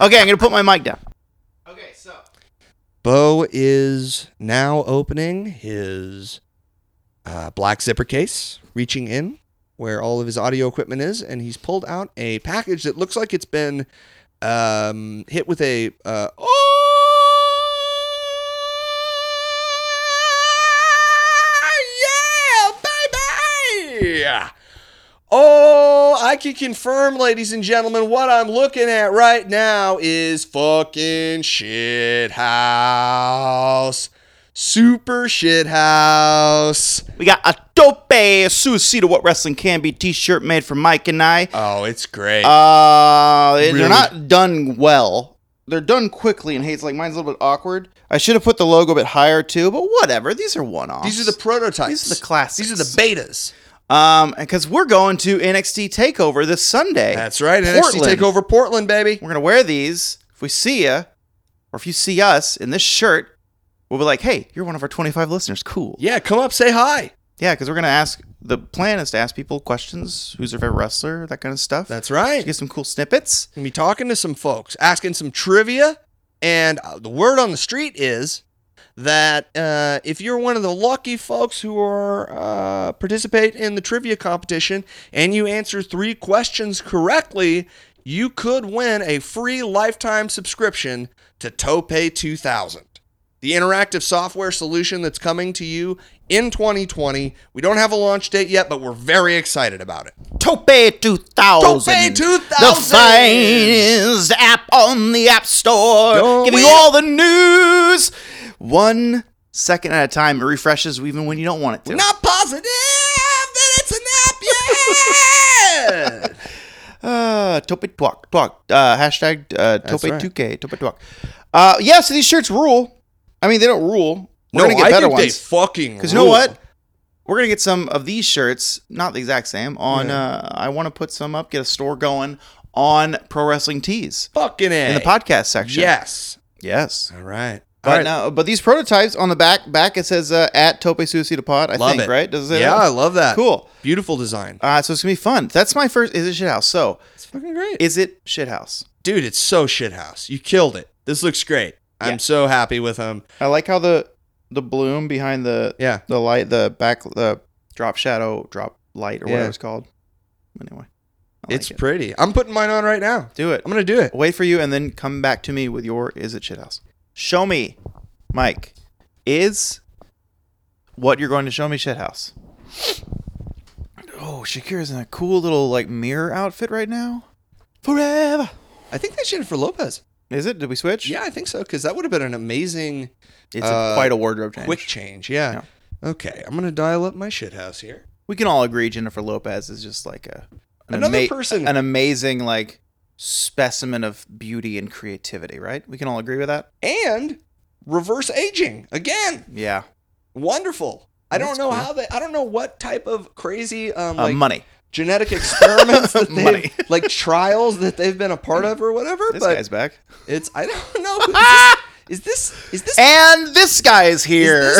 Okay, I'm gonna put my mic down.
Bo is now opening his uh, black zipper case, reaching in where all of his audio equipment is, and he's pulled out a package that looks like it's been um, hit with a. Uh, oh, yeah, baby! Oh, I can confirm, ladies and gentlemen, what I'm looking at right now is fucking shit house. Super shit house.
We got a dope suicidal what wrestling can be T-shirt made for Mike and I.
Oh, it's great.
Uh,
Really?
they're not done well. They're done quickly, and hey, it's like mine's a little bit awkward. I should have put the logo a bit higher too, but whatever. These are one-offs.
these are the prototypes.
these are the classics.
These are the betas.
um, because we're going to NXT Takeover this Sunday.
That's right. NXT
Portland.
Takeover Portland, baby.
We're gonna wear these. If we see you, or if you see us in this shirt, we'll be like, "Hey, you're one of our 25 listeners. Cool."
Yeah, come up, say hi.
Yeah, because we're gonna ask. The plan is to ask people questions: who's their favorite wrestler, that kind of stuff.
That's right.
get some cool snippets.
Gonna be talking to some folks, asking some trivia, and uh, the word on the street is that uh, if you're one of the lucky folks who are uh, participate in the trivia competition and you answer three questions correctly, you could win a free lifetime subscription to Tope 2000. The interactive software solution that's coming to you in 2020. We don't have a launch date yet, but we're very excited about it.
Tope 2000.
Tope 2000.
The finest app on the App Store.
Go
giving you
with-
all the news. One second at a time. It refreshes even when you don't want it to.
Not positive that it's an app yet.
Uh, Tope Twalk. Twalk. Uh, hashtag uh, Tope
right.
2K. Tope Twalk. Uh, yeah, so these shirts rule. I mean, they don't rule. We're going to get
I
better
think
ones.
they fucking.
Because you know what? We're gonna get some of these shirts, not the exact same. On uh, I want to put some up, get a store going on pro wrestling tees
Fucking a.
in the podcast section.
Yes.
yes.
All right.
But now, but these prototypes on the back back it says uh, at Tope Suicida Pod. I
Love
think
it.
right. Does it? say
yeah, I
that?
love that.
Cool.
Beautiful design.
Uh, so it's gonna be fun. That's my first. Is it shit house? So
It's Fucking great.
Is it shithouse?
Dude, it's so shithouse. You killed it. This looks great.
Yeah.
I'm so happy with him.
I like how the the bloom behind the
Yeah.
the light, the back, the drop shadow, drop light, or
Yeah.
whatever it's called. Anyway, I
it's
like it.
pretty. I'm putting mine on right now.
do it.
I'm going to do it.
wait for you and then come back to me with your is it shithouse. Show me, Mike, is what you're going to show me shithouse. Oh, Shakira's in a cool little like mirror outfit right now. Forever.
I think that's Jennifer Lopez.
Is it? Did we switch?
Yeah, I think so because that would have been an amazing
It's
Uh,
a, quite a wardrobe change.
quick change. Yeah. Okay, I'm going to dial up my shithouse here.
we can all agree Jennifer Lopez is just like a an
Another
ama-
person-
an amazing like specimen of beauty and creativity, right? We can all agree with that.
And reverse aging again.
Yeah.
Wonderful. I don't
That's
know
cool.
how they. I don't know what type of crazy um,
Uh,
like
money.
genetic experiments that
Money.
they like trials that they've been a part of or whatever.
This
but
guy's back.
it's I don't know. Is this is this is this,
And this guy's here.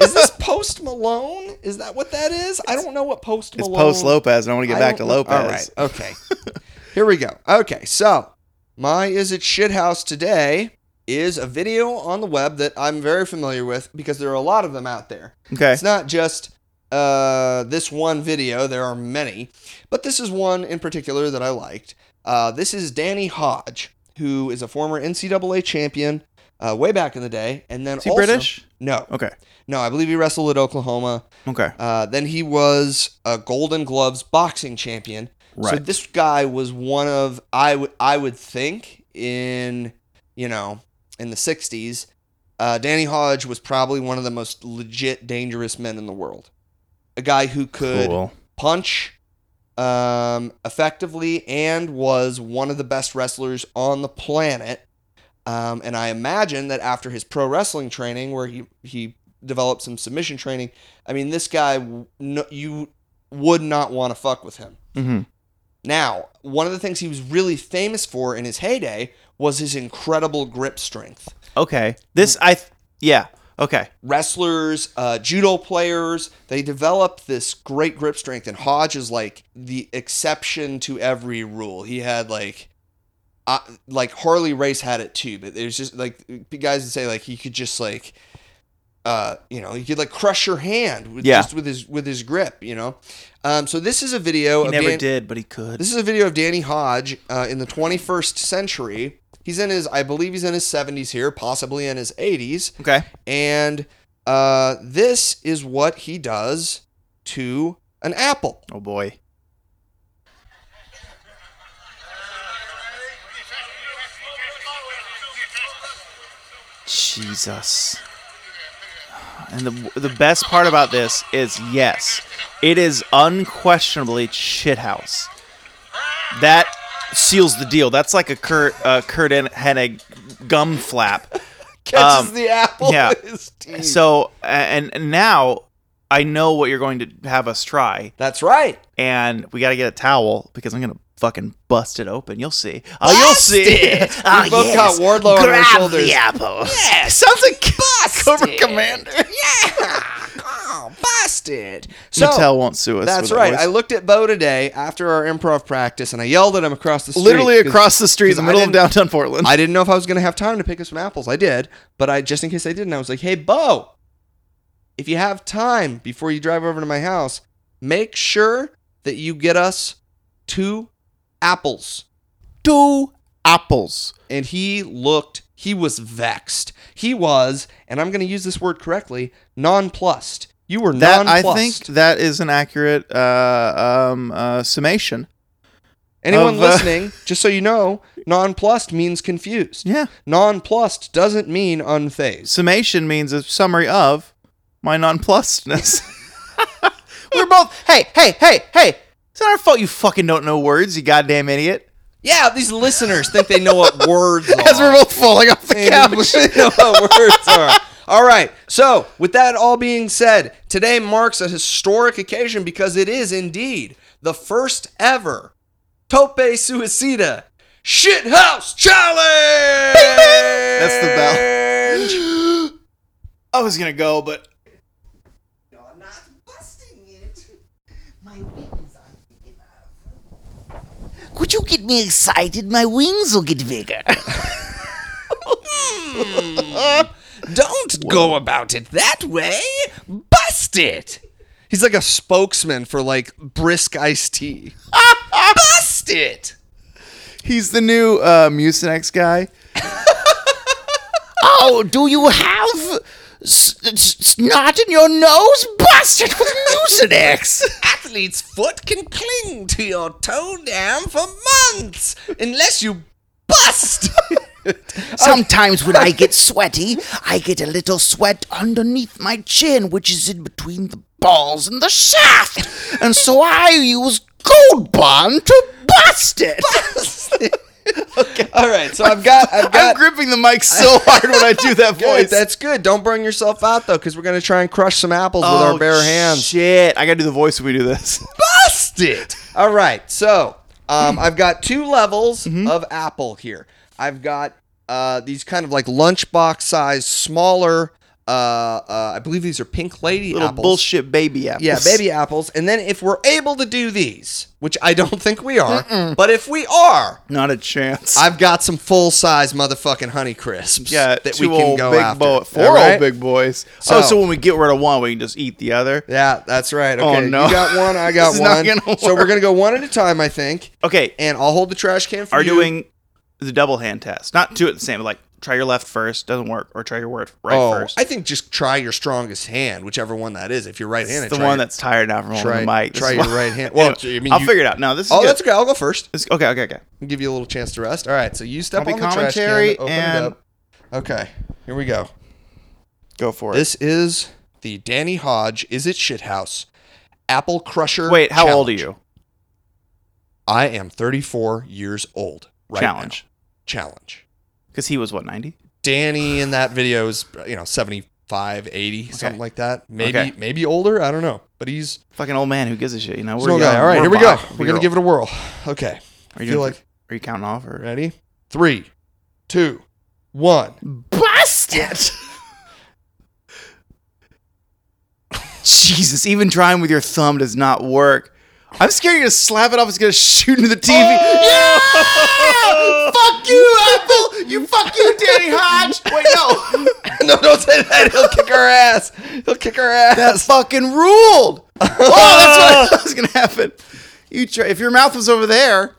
is this Post Malone? Is that what that is? I don't know what Post
It's
Malone.
post Lopez, and I want to get
I
back to
don't know-
Lopez.
All right. Okay. Here we go. Okay. So, my Is It Shithouse today is a video on the web that I'm very familiar with because there are a lot of them out there.
Okay.
It's not just uh, this one video, there are many, but this is one in particular that I liked. Uh, this is Danny Hodge, who is a former NCAA champion uh, way back in the day. And then
Is he
also-
British?
No.
Okay.
No, I believe he wrestled at Oklahoma.
Okay.
Uh, then he was a Golden Gloves boxing champion. So
Right.
this guy was one of I would I would think in you know in the '60s, uh, Danny Hodge was probably one of the most legit dangerous men in the world. A guy who could
Cool.
punch um, effectively and was one of the best wrestlers on the planet. Um, and I imagine that after his pro wrestling training, where he he developed some submission training, I mean, this guy w- no, you would not want to fuck with him.
hmm
Now, one of the things he was really famous for in his heyday was his incredible grip strength.
Okay. This I. Th- yeah. Okay.
wrestlers, uh, judo players, they develop this great grip strength. And Hodge is like the exception to every rule. He had like, uh, like Harley Race had it too, but there's just like guys that say like he could just like, uh, you know, he could like crush your hand with,
Yeah.
just with his with his grip, you know. Um, so this is a video.
He
of
never
Dan-
did, but he could.
this is a video of Danny Hodge uh, in the 21st century. He's in his, I believe he's in his 70s here, possibly in his 80s.
okay.
And uh, this is what he does to an apple.
Oh boy. Jesus. And the the best part about this is yes, it is unquestionably shithouse. That seals the deal. That's like a Kurt uh, Kurt Hennig gum flap.
Catches
Um,
the apple
yeah.
with his teeth.
So a- and, and now I know what you're going to have us try,
That's right.
and we got to get a towel because I'm gonna fucking bust it open. You'll see. Oh, you'll see.
Ah,
We both
yes.
got Wardlow on our
Grab
shoulders.
the apple.
sounds like Cobra
Commander.
Oh, busted. So
Mattel won't sue us.
that's
for that
right.
voice.
I looked at Bo today after our improv practice, and I yelled at him across the street.
literally
'cause
across the street in the
'cause I
middle of
didn't-
downtown Portland.
I didn't know if I was going to have time to pick up some apples. I did, but I just in case I didn't, I was like, "Hey, Bo, if you have time before you drive over to my house, make sure that you get us two apples."
two apples.
And he looked, he was vexed. He was, and I'm going to use this word correctly, nonplussed. You were
That I
nonplussed.
think that is an accurate uh, um, uh, summation.
Anyone
of, uh,
listening, just so you know, nonplussed means confused.
Yeah,
Nonplussed doesn't mean unfazed.
summation means a summary of my nonplussedness. We're both. Hey, hey, hey, hey! It's not our fault. You fucking don't know words. You goddamn idiot.
Yeah, these listeners think they know what words are.
As we're both falling off the
And
couch.
we know what words are. All right. So, with that all being said, today marks a historic occasion because it is indeed the first ever Tope Suicida Shithouse Challenge. That's
the bell. I was gonna go, but
My wings are Could you get me excited? My wings will get bigger.
Don't go about it that way. Bust it. He's like a spokesman for like brisk iced tea. Ah. Bust it.
He's the new uh, Mucinex guy.
oh, do you have s- s- snot in your nose? Bust it with Mucinex.
Athlete's foot can cling to your toe dam for months unless you bust.
Sometimes when I get sweaty, I get a little sweat underneath my chin, which is in between the balls and the shaft. And so I use Gold Bond to bust it.
All right, so I've got I've
I'm
got
gripping the mic so hard when I do that
Good,
voice.
that's good. Don't burn yourself out though, because we're gonna try and crush some apples
Oh,
with our bare hands.
Shit, I gotta do the voice when we do this.
Bust it. All right, so um, I've got two levels
Mm-hmm.
of apple here. I've got uh, these kind of like lunchbox size, smaller. Uh, uh, I believe these are pink lady
Little
apples.
bullshit baby apples.
Yeah, baby apples. And then if we're able to do these, which I don't think we are, but if we are,
Not a chance.
I've got some full size motherfucking Honey Crisps
yeah,
that
two
we can
old
go
big
after.
boy, four
All right?
old big boys.
So-
oh, so when we get rid of one, we can just eat the other.
Yeah, that's right.
Oh,
Okay,
no.
you got one, I got
This is not
one.
gonna
So we're
work.
gonna go one at a time, I think.
Okay,
And I'll hold the trash can for
are
you.
doing the double hand test. Not two at the same. Like try your left first, doesn't work, or try your word right
oh,
first.
I think just try your strongest hand, whichever one that is. If you're right-handed,
it's the
try
one
your,
that's tired now from
try,
holding the mic. This
try
is
your
why-
right hand. Well, I mean,
I'll
you-
figure it out. No, this is
Oh,
good.
that's okay. I'll go first.
This- okay, okay, okay.
I'll give you a little chance to rest. All right, so you
I'll
step
be
on the trash can,
commentary
open
and-
it up. Okay, here we go.
Go for it.
This is the Danny Hodge Is It Shithouse Apple Crusher.
Wait, how old are
Challenge.
you?
I am 34 years old. Right
Challenge.
now. Challenge.
Because he was what ninety.
Danny in that video is you know 75, 80, something like that. Maybe
Okay.
maybe older, I don't know. But he's
Fucking old man who gives a shit. You know.
he's an old guy. All right, here we go. We're going to give it a whirl. Okay.
Are
feel
you doing-
like-
Are you counting off or?
Ready? Three, two, one.
Bust it.
Jesus, even trying with your thumb does not work. I'm scared you're gonna slap it off. It's gonna shoot into the TV.
Oh!
Yeah! fuck you, Apple. You fuck you, Danny Hodge. Wait, no,
no, don't say that. He'll kick our ass. He'll kick our ass.
that's fucking ruled. Oh, that's what I thought was gonna happen. You try. If your mouth was over there.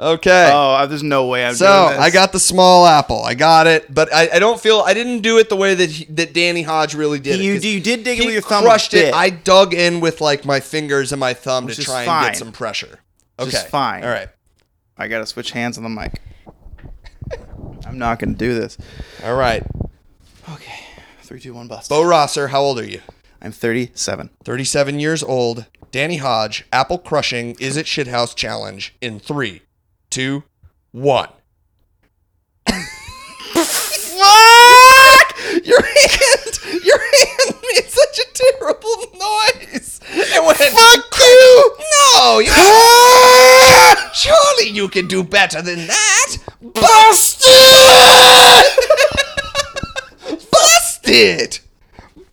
Okay.
Oh, I- there's no way I'm
so
doing this.
I got the small apple. I got it, but I, I don't feel I didn't do it the way that he, that Danny Hodge really did. it,
You-
'cause
you did dig
he
it with your thumb a
Crushed it.
bit.
I dug in with like my fingers and my thumb
Which
to
is
try and
fine.
get some pressure. Okay,
Which is fine.
All right,
I gotta switch hands on the mic. I'm not gonna do this.
all right.
Okay, three, two, one, bust.
Bo Rosser, how old are you?
I'm 37.
Thirty-seven years old. Danny Hodge, apple crushing. Is it shithouse challenge? In three, two, one. Fuck! Your hand, your hand made such a terrible noise. It went. Fuck you! No, you. Surely you can do better than that. Busted! Busted!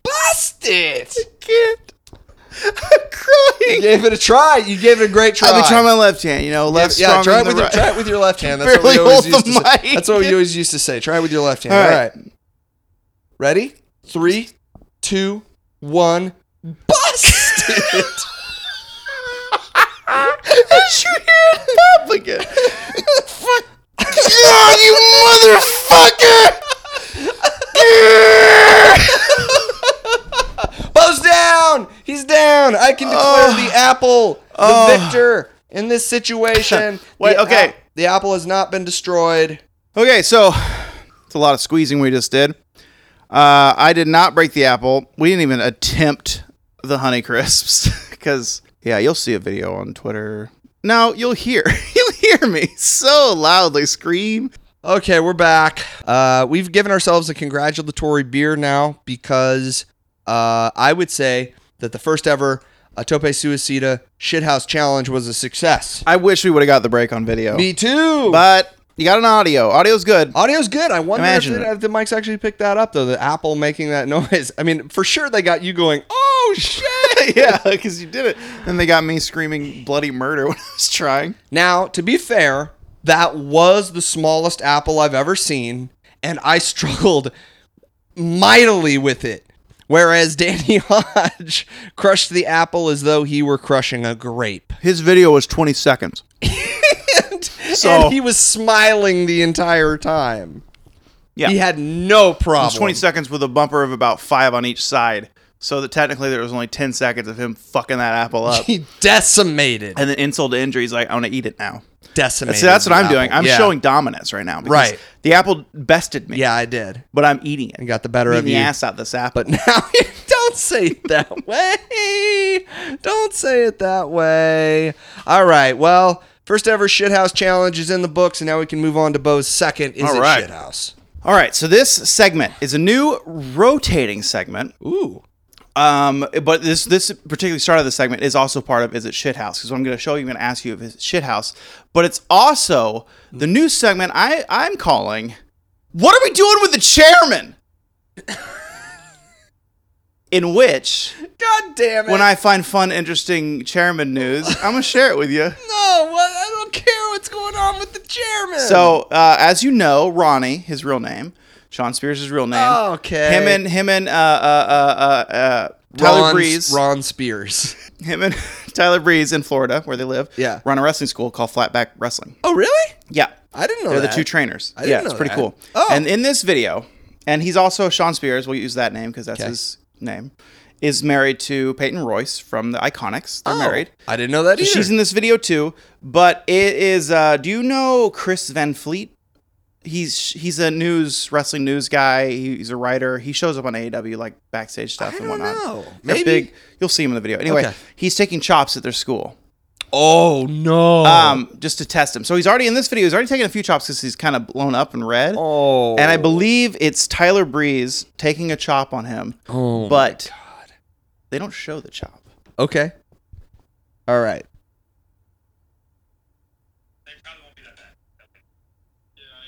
Busted!
can't. I'm
You
crying.
gave it a try. You gave it a great try.
I've been trying my left hand, you know, left
yeah, yeah, try
stronger
it
than
with
the
your,
right.
try it with your left hand. That's what we
Barely
always
hold
used
the
to say.
mic.
That's what we always used to say. Try it with your left hand.
All
All
right.
right. Ready? Three, two, one. Busted.
As you hear it pop again. Fuck. God, you motherfucker!
Bo's down. He's down. I can declare the apple the
Oh.
victor in this situation.
Wait,
The
okay.
ap- the apple has not been destroyed.
Okay, so it's a lot of squeezing we just did. Uh, I did not break the apple. We didn't even attempt the Honey Crisps because, yeah, you'll see a video on Twitter. Now you'll hear, you'll hear me so loudly scream.
Okay, we're back. Uh, we've given ourselves a congratulatory beer now because uh, I would say that the first ever uh, Tope Suicida Shithouse Challenge was a success.
Oh. I wish we would have got the break on video.
Me too.
But You got an audio. Audio's good.
Audio's good. I wonder if,
Imagine
the-
it.
if the mics actually picked that up though. The Apple making that noise. I mean, for sure they got you going. Oh shit!
yeah, because you did it. Then they got me screaming bloody murder when I was trying.
Now, to be fair, that was the smallest apple I've ever seen, and I struggled mightily with it. Whereas Danny Hodge crushed the apple as though he were crushing a grape.
His video was 20 seconds. So-
and he was smiling the entire time.
Yeah.
He had no
It
problem.
was 20 seconds with a bumper of about five on each side. So that technically there was only 10 seconds of him fucking that apple up.
He decimated.
and then insult to injury, he's like, I want to eat it now.
decimated.
See, that's what
the
I'm
apple.
doing. I'm
Yeah.
showing dominance right now. because
Right.
The apple bested me.
Yeah, I did.
But I'm eating it.
And got the better
Eating
of
the
you.
ass out this apple.
But now you don't say it that way. Don't say it that way. All right. Well, first ever shithouse challenge is in the books, and now we can move on to Bo's second. Is
All
it
right.
shithouse?
All right, so this segment is a new rotating segment.
Ooh.
Um, but this this particular start of the segment is also part of Is It Shithouse? Because what I'm going to show you, I'm going to ask you if it's shithouse. But it's also the new segment I, I'm calling What Are We Doing with the Chairman? In which,
God damn it!
when I find fun, interesting chairman news, I'm going to share it with you.
no, what- I don't care what's going on with the chairman.
So, uh, as you know, Ronnie, his real name, Sean Spears' his real name.
Okay.
Him and him and uh uh uh uh, uh Tyler
Ron-
Breeze.
Ron Spears.
Him and Tyler Breeze in Florida, where they live.
Yeah.
Run a wrestling school called Flatback Wrestling.
Oh, really?
Yeah.
I didn't know
They're
that.
the two trainers.
didn't
yeah,
know
it's pretty
that.
cool.
Oh.
And in this video, and he's also Sean Spears, we'll use that name because that's
Okay.
his name, is married to Peyton Royce from the Iconics. They're
Oh,
married.
I didn't know that either.
She's in this video too, but it is. Uh, do you know Chris Van Fleet? He's he's a news wrestling news guy. He's a writer. He shows up on AEW like backstage stuff and whatnot.
know.
They're
Maybe.
big. You'll see him in the video. Anyway,
Okay.
he's taking chops at their school.
oh no.
Um, just to test him. So he's already in this video. He's already taking a few chops because he's kind of blown up and red.
oh.
And I believe it's Tyler Breeze taking a chop on him.
Oh, my
but they don't show the chop.
Okay. All right.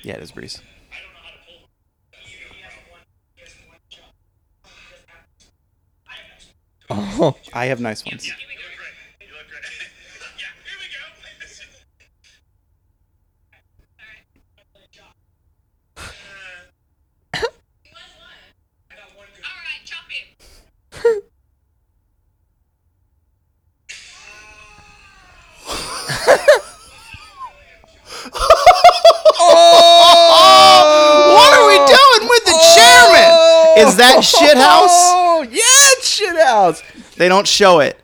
Yeah, it is Breeze.
Oh.
I have nice ones. What are we doing with the chairman? Is that shithouse?
Oh yeah, it's shit house.
They don't show it.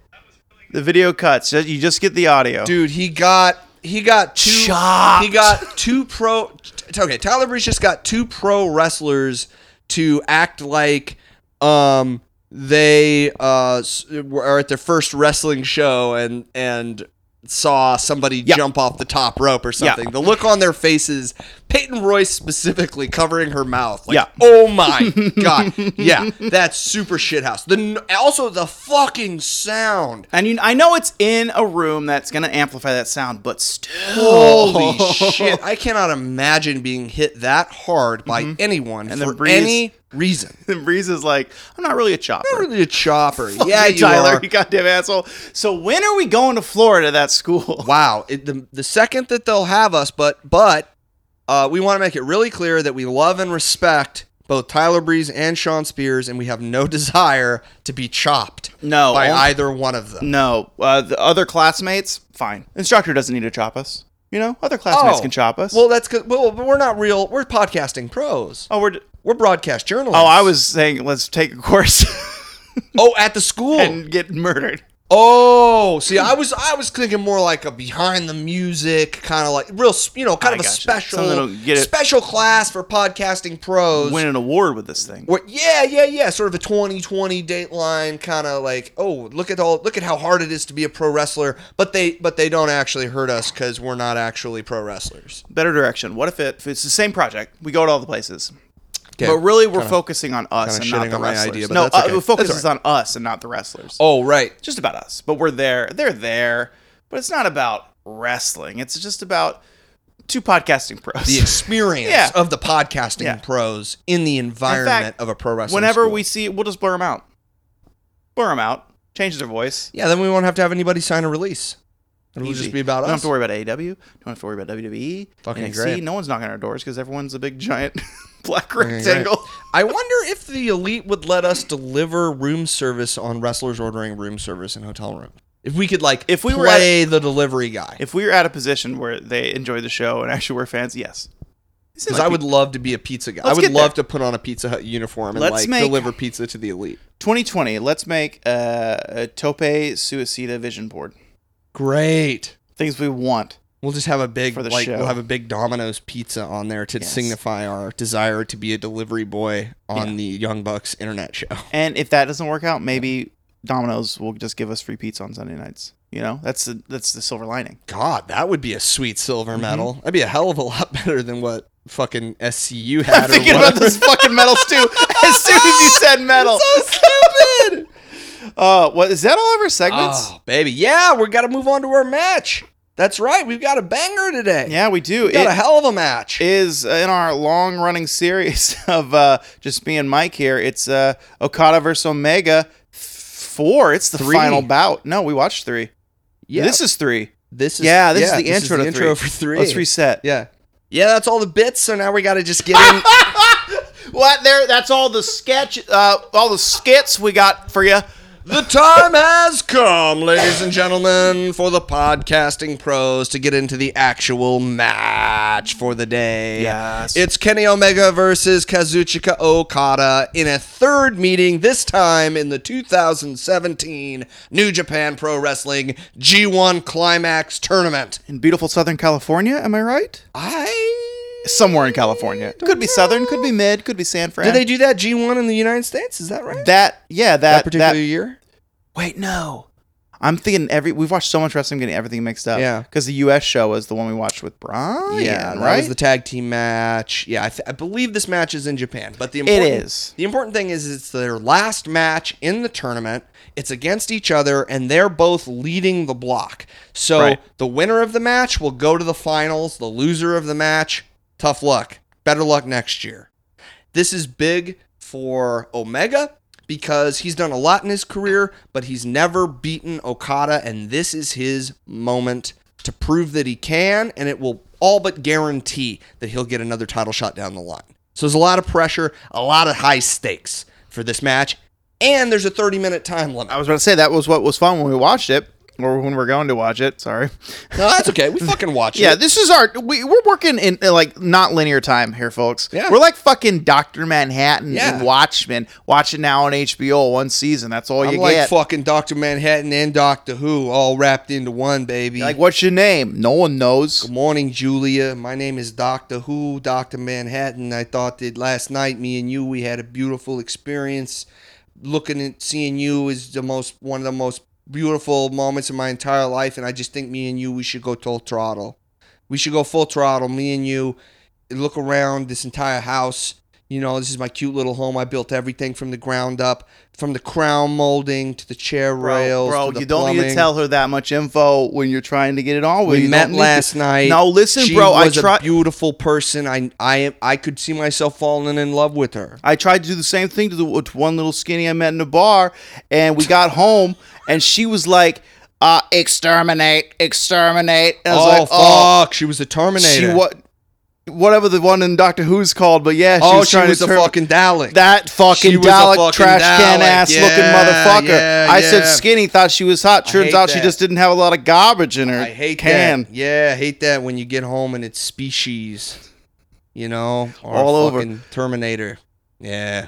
The video cuts. Ju- You just get the audio.
Dude, he got he got two
Chopped.
he got two pro t- okay, Tyler Breeze just got two pro wrestlers to act like um they uh s- were at their first wrestling show and and saw somebody jump off the top rope or something. The look on their faces, Peyton Royce specifically covering her mouth. Like,
Yeah.
oh my god. Yeah. That's super shithouse. The n- also the fucking sound.
And you, I know it's in a room that's gonna amplify that sound, but still,
Holy
Oh.
shit! I cannot imagine being hit that hard by anyone
Mm-hmm. And
for
the breeze-
any reason.
Breeze is like, "I'm not really a chopper."
Not really a chopper. yeah,
you
you
Tyler,
are.
you goddamn asshole. So when are we going to Florida? That school?
Wow. It, the the second that they'll have us, but but uh, we want to make it really clear that we love and respect both Tyler Breeze and Sean Spears, and we have no desire to be chopped
No,
by
only-
either one of them.
No, uh, the other classmates, fine. Instructor doesn't need to chop us. You know, other classmates
Oh.
can chop us.
Well, that's good. Well, but we're not real. We're podcasting pros.
oh, we're. d-
We're broadcast journalists.
Oh, I was saying, let's take a course
Oh, at the school.
and get murdered.
Oh, see, I was I was thinking more like a behind the music kind of like real, s- you know, kind
I
of a
gotcha. Something
special
that'll get it-
special class for podcasting pros.
Win an award with this thing.
Where- yeah, yeah, yeah, sort of a 2020 Dateline kind of like, oh, look at all, look at how hard it is to be a pro wrestler, but they but they don't actually hurt us because we're not actually pro wrestlers.
Better direction. What if it? If it's the same project, we go to all the places.
Okay.
But really, we're focusing on us
kinda
and not
shitting
the
on my
wrestlers.
idea, but
no,
that's okay.
uh, the focus
That's
is on us and not the wrestlers.
Oh, right.
just about us. But we're there. They're there. But it's not about wrestling. It's just about two podcasting pros.
the experience
Yeah.
of the podcasting
Yeah.
pros in the
In
environment
fact,
of a pro wrestling.
Whenever
school.
we see, we'll just blur them out. Blur them out. Change their voice.
yeah, then we won't have to have anybody sign a release. It'll
Easy.
just be about
Don't
us.
have to worry about AEW. Don't have to worry about E, WWE.
Fucking
NXT.
great.
No one's knocking on our doors because everyone's a big giant black
great.
rectangle.
I wonder if the elite would let us deliver room service on wrestlers ordering room service in hotel room. If we could like
If we were at-
play the delivery guy,
If we were at a position where they enjoy the show and actually were fans, yes. It seems
because
like
I
we-
would love to be a pizza guy. I
Let's
would
get there.
love to put on a Pizza Hut uniform and
Let's
like
make-
deliver pizza to the elite.
2020. Let's make uh, a Tope Suicida vision board.
Great.
Things we want.
We'll just have a big
For the
like
show.
we'll have a big Domino's pizza on there to
Yes.
signify our desire to be a delivery boy on the Young Bucks internet show.
And if that doesn't work out, maybe Domino's will just give us free pizza on Sunday nights. You know, that's the, that's the silver lining.
God, that would be a sweet
Mm-hmm.
silver medal. That'd be a hell of a lot better than what fucking SCU had. or
Thinking
whatever.
about those fucking medals too. As soon as you said medal,
stupid.
uh, what is that? All of our segments?
oh, baby. Yeah, we got to move on to our match. That's right. We've got a banger today.
yeah, we do.
We got
It-
a hell of a match.
is uh, in our long running series of uh, just me and Mike here. It's uh, Okada versus Omega four. It's the
Three.
final bout. No, we watched three.
yeah.
This is three.
this
yeah, this is the intro
is
to
intro
three.
for 3.
Let's reset.
yeah. Yeah, that's all the bits. So now we got to just get in
What there? That's all the sketch, uh, all the skits we got for you.
The time has come, ladies and gentlemen, for the podcasting pros to get into the actual match for the day.
Yes.
It's Kenny Omega versus Kazuchika Okada in a third meeting, this time in the 2017 New Japan Pro Wrestling G1 Climax Tournament.
In beautiful Southern California, am I right?
I.
Somewhere in California. Could be Southern. Could be Mid. Could be San Fran.
Did they do that G1 in the United States? Is that right?
that? Yeah, that
That particular
that-
year?
Wait, no. I'm thinking every we've watched so much wrestling, I'm getting everything mixed up.
Yeah.
because the U.S. show was the one we watched with Brian.
yeah, that
right.
was the tag team match. Yeah, I, th- I believe this match is in Japan, but the
it
important,
is.
The important thing is it's their last match in the tournament. It's against each other, and they're both leading the block. So
Right.
the winner of the match will go to the finals. The loser of the match, tough luck. Better luck next year. This is big for Omega because he's done a lot in his career, but he's never beaten Okada, and this is his moment to prove that he can, and it will all but guarantee that he'll get another title shot down the line. So there's a lot of pressure, a lot of high stakes for this match, and there's a 30 minute time limit.
I was about to say that was what was fun when we watched it, or when we're going to watch it. Sorry.
No, that's okay. We fucking watch
Yeah,
it.
this is our we we're working in uh, like not linear time here, folks.
Yeah.
we're like fucking Doctor Manhattan
Yeah.
and Watchmen. Watch it now on HBO, one season. That's all
I'm
you
like
get.
fucking Dr. Manhattan and Doctor Who all wrapped into one, baby.
Like, what's your name? No one knows.
Good morning, Julia. My name is Doctor Who, Doctor Manhattan. I thought that last night, me and you, we had a beautiful experience. Looking at seeing you is the most one of the most beautiful moments of my entire life, and I just think me and you, we should go full throttle. We should go full throttle. Me and you, look around this entire house. You know, this is my cute little home. I built everything from the ground up, from the crown molding to the chair rails.
bro,
to the
you don't need to
plumbing.
tell her that much info when you're trying to get it on.
We
you
met
don't need
last
to-
night.
No, listen,
She
bro. I
was a
tried.
beautiful person. I I I could see myself falling in love with her.
I tried to do the same thing to the to one little skinny I met in the bar, and we got home, and she was like, uh, "Exterminate, exterminate." And I
Oh
was like,
fuck! she was a Terminator.
she what? Whatever the one in Doctor Who's called, but yeah, she
oh,
was
she
trying
was
to
a
turn-
fucking Dalek.
that fucking
She was a
Dalek
fucking
trash can
Dalek.
ass looking
Yeah,
motherfucker.
yeah,
I said
yeah.
skinny, thought she was hot. Turns
hate
out she
that.
just didn't have a lot of garbage in her.
I hate
can.
that. Yeah, I hate that when you get home and it's species. You know, or
All
a
over.
fucking Terminator. Yeah.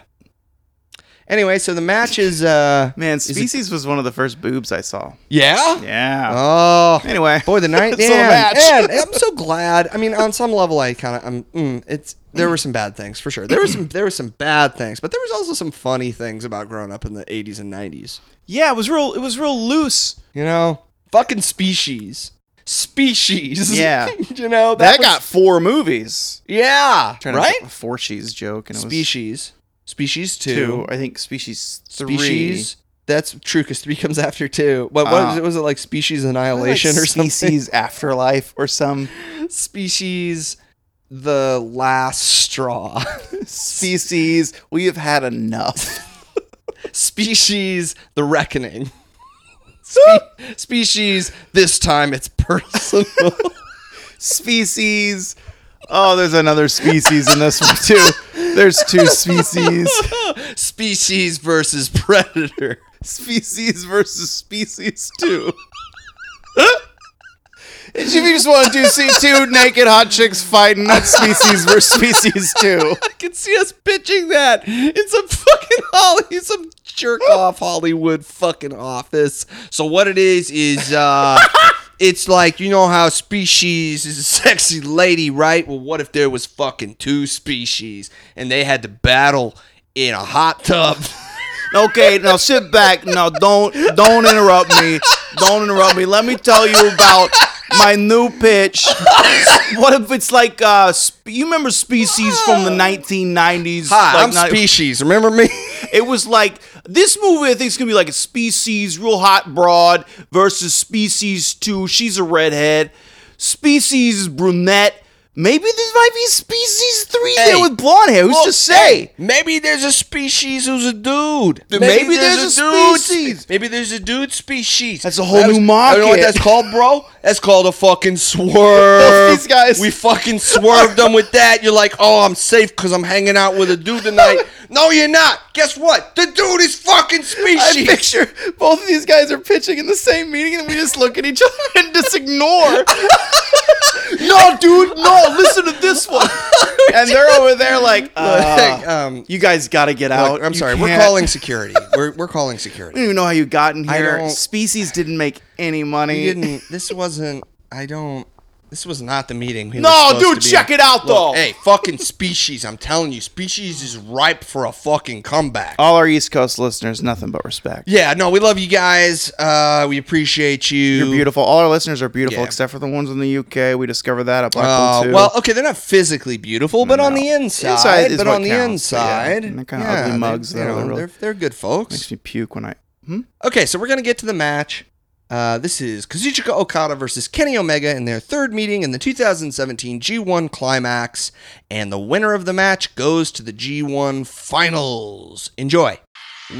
Anyway, so the match is. uh
Man, Species was one of the first boobs I saw.
Yeah.
Yeah.
Oh.
anyway,
Boy, the night.
It's all
man,
match.
man, I'm so glad. I mean, on some level, I kind of. I'm. Mm, it's there were some bad things for sure. There were some. There were some bad things, but there was also some funny things about growing up in the 80s and 90s.
yeah, it was real. It was real loose.
You know, fucking species, species.
Yeah.
you know
That,
was-
got four movies.
Yeah. Right.
four cheese joke and it was
Species. Species two.
two. I think species three.
Species. That's true because three comes after two. What, what
Ah.
was it? Was it like species
Like
annihilation or something?
species afterlife or some
species the last straw.
Species, we have had enough.
species the reckoning. Spe- species this time it's personal.
species. Oh, there's another species in this one too. There's two species.
species versus predator.
Species versus species two. if you just want to do see two naked hot chicks fighting, that's species versus species two.
I can see us pitching that in some fucking Holly, some jerk off Hollywood fucking office. So what it is is uh it's like you know how species is a sexy lady, right? Well, what if there was fucking two species and they had to battle in a hot tub?
Okay, now sit back. Now don't don't interrupt me. Don't interrupt me. Let me tell you about my new pitch. What if it's like uh sp- you remember species from the 1990s?
Hi,
like
I'm
not-
species. Remember me?
It was like this movie. I think is gonna be like a species, real hot broad versus species two. She's a redhead. Species is brunette. Maybe this might be species three there
Hey,
with blonde hair. Who's
Well,
to say?
hey, maybe there's a species who's a dude.
Dude, maybe there's a species.
Maybe there's a dude species.
That's a whole new
You know what
market.
that's called, bro? That's called a fucking swerve.
These guys-
We fucking swerved them with that. You're like, oh, I'm safe because I'm hanging out with a dude tonight. no, you're not. Guess what? The dude is fucking
I
species.
picture both of these guys are pitching in the same meeting, and we just look at each other and just ignore. no, dude, no. Listen to this one. And they're over there like,
Hey,
uh,
um,
you guys got to get out.
look, I'm
You
sorry. We're
can't-
calling security. We're, we're calling security.
I don't even know how you got in here.
don't-
Species didn't make any money.
We didn't. This wasn't. I don't. This was not the meeting. we were
No,
supposed
dude,
to be
check
in.
it out,
Look,
though.
Hey, fucking species! I'm telling you, species is ripe for a fucking comeback.
All our East Coast listeners, nothing but respect.
yeah, no, we love you guys. Uh, we appreciate you.
You're beautiful. All our listeners are beautiful,
Yeah.
except for the ones in the UK. We discovered that at Blackpool
Uh,
too.
well, okay, they're not physically beautiful, but on
No.
the inside,
Inside is
but
what
on the
counts, yeah.
inside,
And they're kinda ugly mugs,
They're,
though,
you
they're
know,
real-
they're, they're good folks.
makes me puke when I. Hmm?
Okay, so we're gonna get to the match. Uh, this is Kazuchika Okada versus Kenny Omega in their third meeting in the 2017 G1 Climax, and the winner of the match goes to the G1 Finals. Enjoy.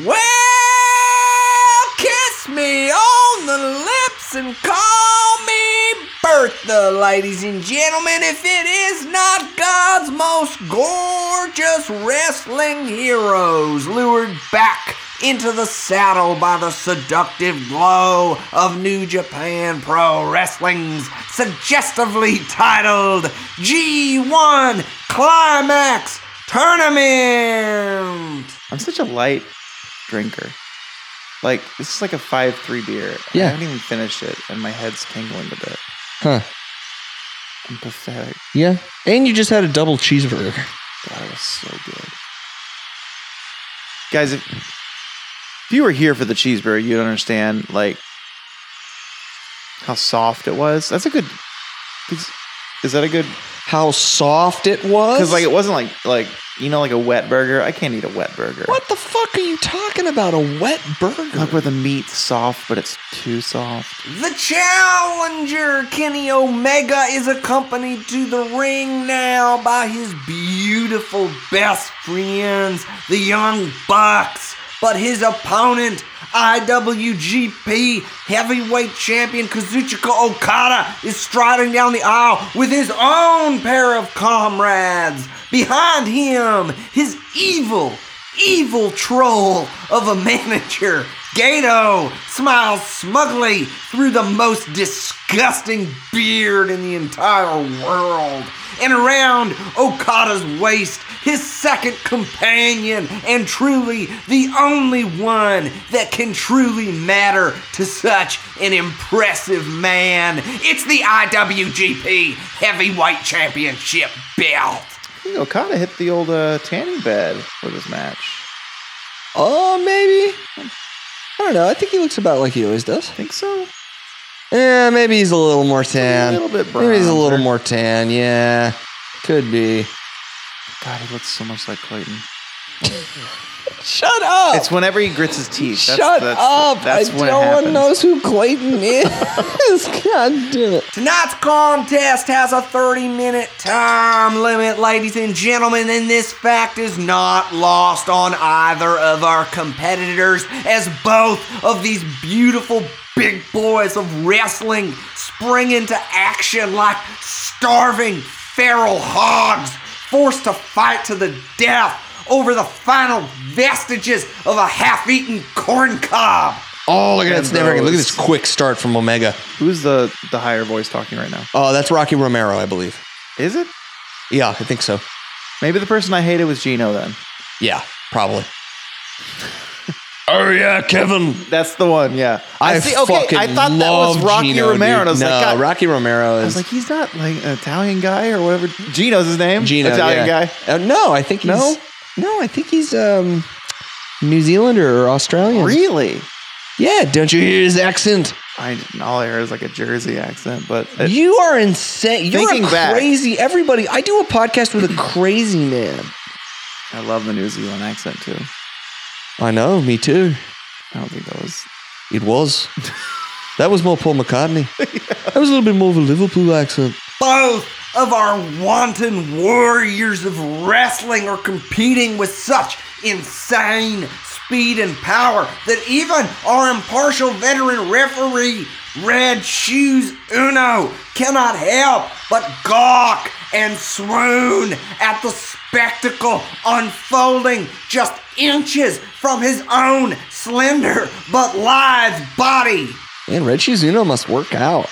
Well, kiss me on the lips and call me Bertha, ladies and gentlemen. If it is not God's most gorgeous wrestling heroes lured back into the saddle by the seductive glow of New Japan Pro Wrestling's suggestively titled G1 Climax Tournament.
I'm such a light drinker. Like this is like a five three beer.
Yeah.
I haven't even finished it, and my head's tingling a bit.
Huh.
I'm pathetic.
Yeah, and you just had a double cheeseburger.
That was so good, guys. If, if you were here for the cheeseburger, you'd understand like how soft it was. That's a good. Is, is that a good?
How soft it was.
Because like it wasn't like like you know like a wet burger. I can't eat a wet burger.
what the fuck are you talking about? A wet
Like
burger?
where the meat's soft, but it's too soft.
The challenger, Kenny Omega, is accompanied to the ring now by his beautiful best friends, the Young Bucks. But his opponent, IWGP Heavyweight Champion Kazuchika Okada, is striding down the aisle with his own pair of comrades. Behind him, his evil, evil troll of a manager. Gato smiles smugly through the most disgusting beard in the entire world. And around Okada's waist, his second companion, and truly the only one that can truly matter to such an impressive man. It's the IWGP Heavyweight Championship belt.
I think Okada hit the old uh, tanning bed with his match.
Oh, maybe. I don't know. I think he looks about like he always does.
Think so?
Yeah, maybe he's a little more tan.
little bit
Maybe he's a little
bronzer.
more tan. Yeah, could be.
God, he looks so much like Clayton.
Shut up.
It's whenever he grits his teeth. That's,
Shut
that's,
up.
That's
I-
when
no
it
one
happens.
knows who Clayton is. God damn it.
Tonight's contest has a 30 minute time limit, ladies and gentlemen, and this fact is not lost on either of our competitors, as both of these beautiful big boys of wrestling spring into action like starving feral hogs forced to fight to the death over the final vestiges of a half eaten corn cob.
Oh, look at that. It's never gonna- Look at
those.
this quick start from Omega.
Who's the the higher voice talking right now?
Oh, that's Rocky Romero, I believe.
Is it?
Yeah, I think so.
Maybe the person I hated was Gino. Then
Yeah, probably. oh yeah, Kevin.
that's the one. Yeah,
I, fucking
I thought that
love
was Rocky
Gino,
Romero,
dude.
and I was
no,
like, God.
Rocky Romero is
I was like, he's not like an Italian guy or whatever. Gino's his name.
Gino,
Italian
yeah.
guy.
Uh, no, I think he's,
No?
no, I think he's um, New Zealander or Australian.
Really?
Yeah, don't you hear his accent?
I all I heard is like a Jersey accent, but it-
you are insane. You're
Uh, Thinking
a
back-
crazy. Everybody, I do a podcast with a crazy man.
I love the New Zealand accent too.
I know, me too.
I don't think that was.
It was. that was more Paul McCartney. That was a little bit more of a Liverpool accent.
both of our wanton warriors of wrestling are competing with such insane speed and power that even our impartial veteran referee, Red Shoes Uno, cannot help but gawk and swoon at the spectacle unfolding just inches from his own slender but live body.
Man, Red Shoes Uno must work out.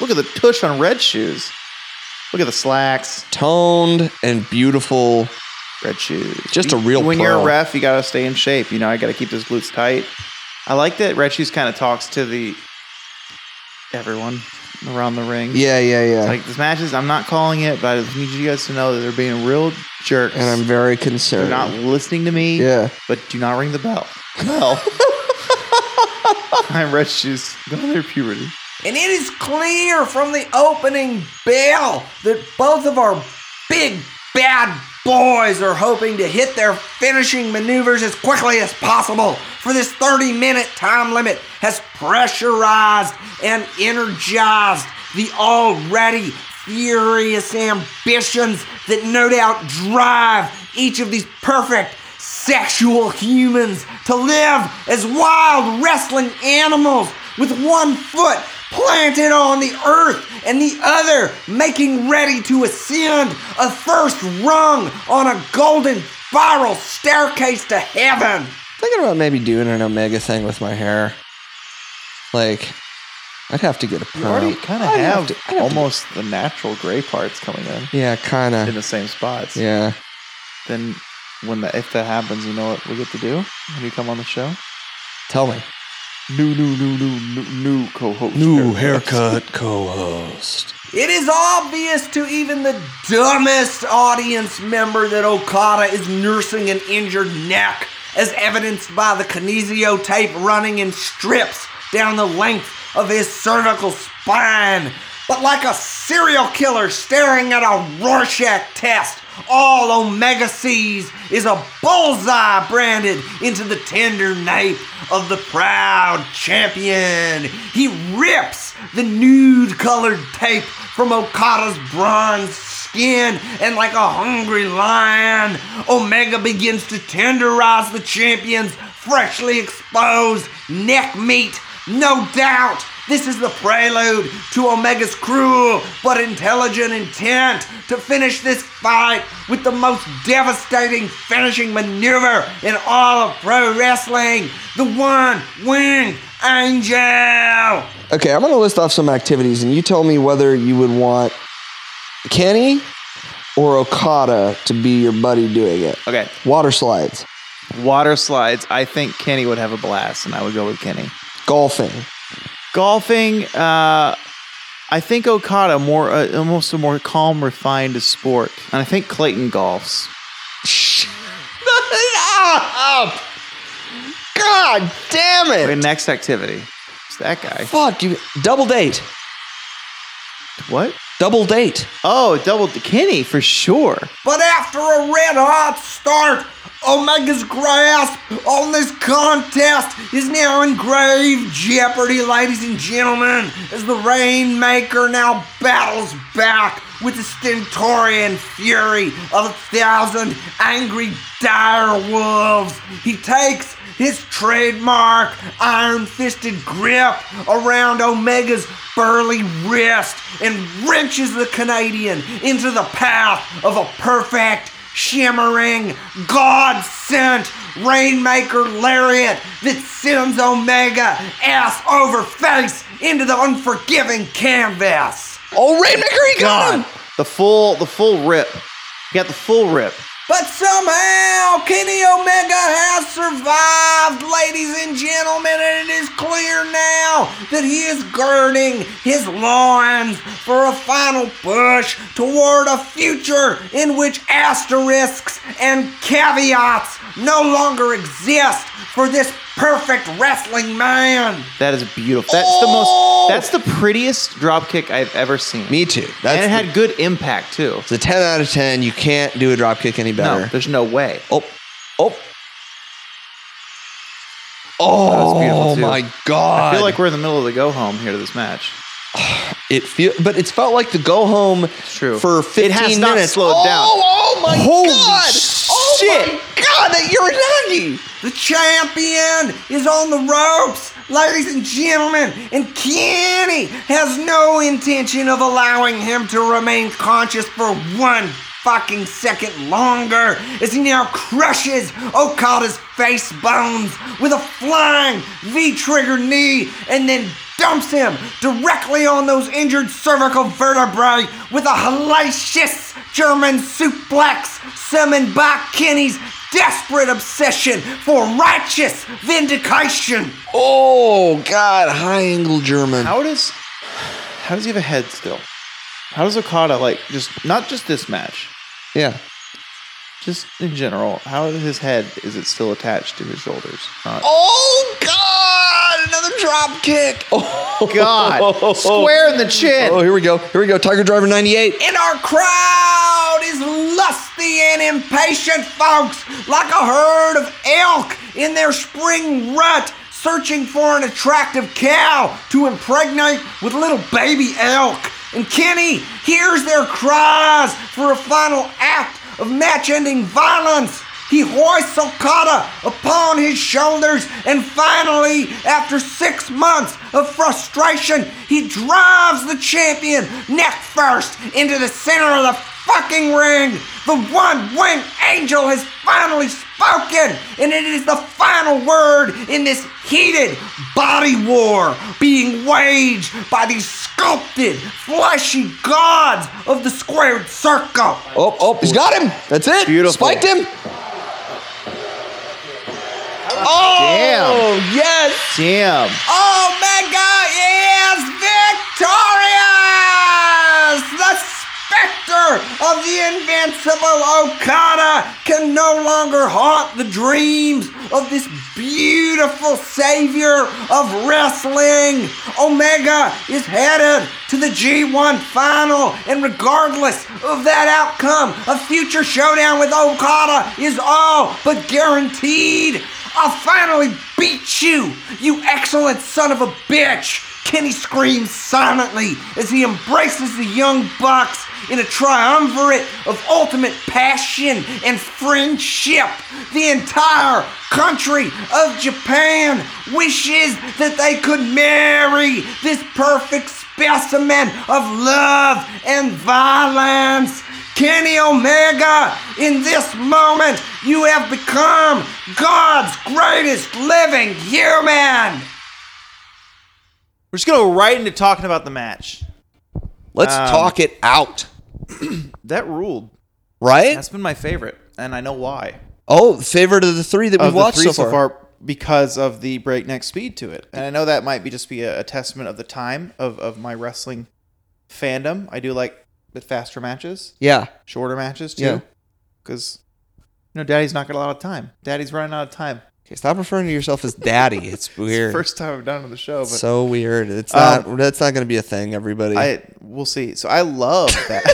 Look at the tush on red shoes. Look at the slacks,
Toned and beautiful.
red shoes.
Just a
You-
real
When you're
pro.
a ref, you gotta stay in shape. You know, I gotta keep those glutes tight. I like that red shoes kind of talks to the everyone around the ring.
Yeah, yeah, yeah.
Like this matches, I'm not calling it, but I just need you guys to know that they're being real jerks.
and I'm very concerned.
they're not listening to me.
Yeah.
But do not ring the bell. Bell. I'm red shoes. Go to their puberty.
And it is clear from the opening bell that both of our big bad boys are hoping to hit their finishing maneuvers as quickly as possible. For this 30 minute time limit has pressurized and energized the already furious ambitions that no doubt drive each of these perfect sexual humans to live as wild wrestling animals with one foot planted on the earth and the other making ready to ascend a first rung on a golden spiral staircase to heaven.
thinking about maybe doing an Omega thing with my hair. Like, I'd have to get a perm.
You already kind of
I'd
Oh. have,
to- I'd have to-
almost the natural gray parts coming in
yeah, kind
in
of.
the same spots.
Yeah.
Then when that if that happens, you know what we get to do when you come on the show.
Tell me.
New, new, new, new, new, new co-host.
co-host.
It is obvious to even the dumbest audience member that Okada is nursing an injured neck, as evidenced by the kinesio tape running in strips down the length of his cervical spine. But like a serial killer staring at a Rorschach test, all Omega sees is a bullseye branded into the tender nape of the proud champion. He rips the nude colored tape from Okada's bronze skin, and like a hungry lion, Omega begins to tenderize the champion's freshly exposed neck meat. No doubt, this is the prelude to Omega's cruel but intelligent intent to finish this fight with the most devastating finishing maneuver in all of pro wrestling the one winged angel.
Okay, I'm gonna list off some activities, and you tell me whether you would want Kenny or Okada to be your buddy doing it.
Okay,
Water slides,
water slides. I think Kenny would have a blast, and I would go with Kenny.
golfing.
Golfing. Uh, I think Okada more uh, almost a more calm, refined sport, and I think Clayton golfs.
Up! God damn it!
Okay, next activity. It's that guy.
Fuck you! Double date.
What?
Double date.
Oh, double Kenny for sure.
But after a red hot start, Omega's grasp on this contest is now in grave jeopardy, ladies and gentlemen, as the Rainmaker now battles back with the stentorian fury of a thousand angry dire wolves. He takes his trademark iron fisted grip around Omega's burly wrist and wrenches the Canadian into the path of a perfect, shimmering, God sent Rainmaker Lariat that sends Omega ass over face into the unforgiving canvas.
Oh, Rainmaker, he got him!
The full the full rip. He got the full rip.
But somehow, Kenny Omega has survived, ladies and gentlemen, and it is clear now that he is girding his loins for a final push toward a future in which asterisks and caveats no longer exist for this perfect wrestling man.
That is beautiful. That's
Oh!
the most that's the prettiest drop kick I've ever seen.
Me too. That's
and it
the-
had good impact too.
It's a 10 out of 10. You can't do a dropkick any
No,
better.
there's no way.
oh, oh.
was beautiful,
Oh
too.
my god!
I feel like we're in the middle of the go home here to this match.
it feel, but it's felt like the go home
true.
for
It
15
has not
minutes.
slowed
oh,
down.
Oh my
Holy
god! Oh
shit.
my god! That Uranagi!
The champion is on the ropes, ladies and gentlemen, and Kenny has no intention of allowing him to remain conscious for one fucking second longer as he now crushes Okada's face bones with a flying V trigger knee and then dumps him directly on those injured cervical vertebrae with a hellacious German suplex summoned by Kenny's desperate obsession for righteous vindication.
Oh god! High angle German.
How does how does he have a head still? How does Okada like just not just this match,
Yeah.
just in general? How is his head is it still attached to his shoulders? Uh, Not-
Oh god! Another drop kick. Oh
God, square in the chin.
Oh, here we go. Here we go. Tiger Driver 98.
And our crowd is lusty and impatient, folks, like a herd of elk in their spring rut, searching for an attractive cow to impregnate with little baby elk. And Kenny hears their cries for a final act of match ending violence. He hoists Okada upon his shoulders, and finally, after six months of frustration, he drives the champion neck first into the center of the fucking ring. The one winged angel has finally spoken, and it is the final word in this heated body war being waged by these sculpted, fleshy gods of the squared circle.
Oh, oh, he's got him. That's it.
Beautiful.
Spiked him. Oh,
Damn.
yes.
Damn.
Oh Omega is victorious! The specter of the invincible Okada can no longer haunt the dreams of this beautiful savior of wrestling. Omega is headed to the G1 final, and regardless of that outcome, a future showdown with Okada is all but guaranteed. I'll finally beat you, you excellent son of a bitch! Kenny screams silently as he embraces the young bucks in a triumvirate of ultimate passion and friendship. The entire country of Japan wishes that they could marry this perfect specimen of love and violence. Kenny Omega, in this moment, you have become God's greatest living human.
We're just gonna go right into talking about the match.
Let's
Um,
talk it out,
That ruled.
right?
That's been my favorite, and I know why.
Oh, favorite of the three that we've
Of the
watched
three
so far.
because of the breakneck speed to it, and I know that might be just be a, a testament of the time of of my wrestling fandom. I do like the faster matches,
Yeah.
shorter matches
Yeah.
too, because you know Daddy's not got a lot of time. Daddy's running out of time.
Okay, stop referring to yourself as daddy. It's
It's the
weird.
first time I've done on the show, but
so weird. It's
Um,
not. That's not going to be a thing. Everybody.
I we'll see. So I love that.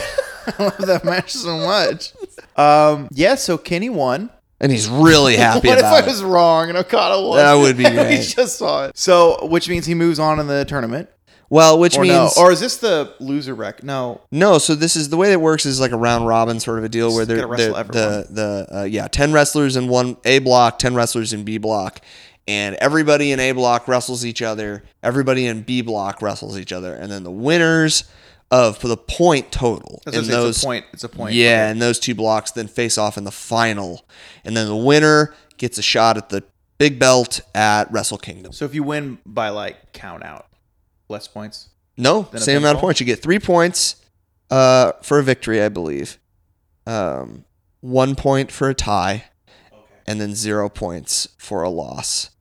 I love that match so much. Um, yeah. So Kenny won.
and he's really happy
What if
about
I
it.
was wrong and Okada won?
That would be
we
great.
just saw it. So, which means he moves on in the tournament,
well, which
or
means
no? Or is this the loser rec? No,
No, so this is the way that works is like a round robin sort of a deal where
Just
they're,
gotta wrestle
they're-
everyone.
the the uh, yeah ten wrestlers in one A block, ten wrestlers in B block, and everybody in A block wrestles each other. Everybody in B block wrestles each other, and then the winners of the point total
That's
in
what I'm saying,
those
it's a point. It's a point.
yeah, and those two blocks then face off in the final, and then the winner gets a shot at the big belt at Wrestle Kingdom.
So if you win by like count out, less points.
No,
Then a
same amount of
pinfall?
points. You get three points uh, for a victory, I believe. Um, one point for a tie, and then zero points for a loss.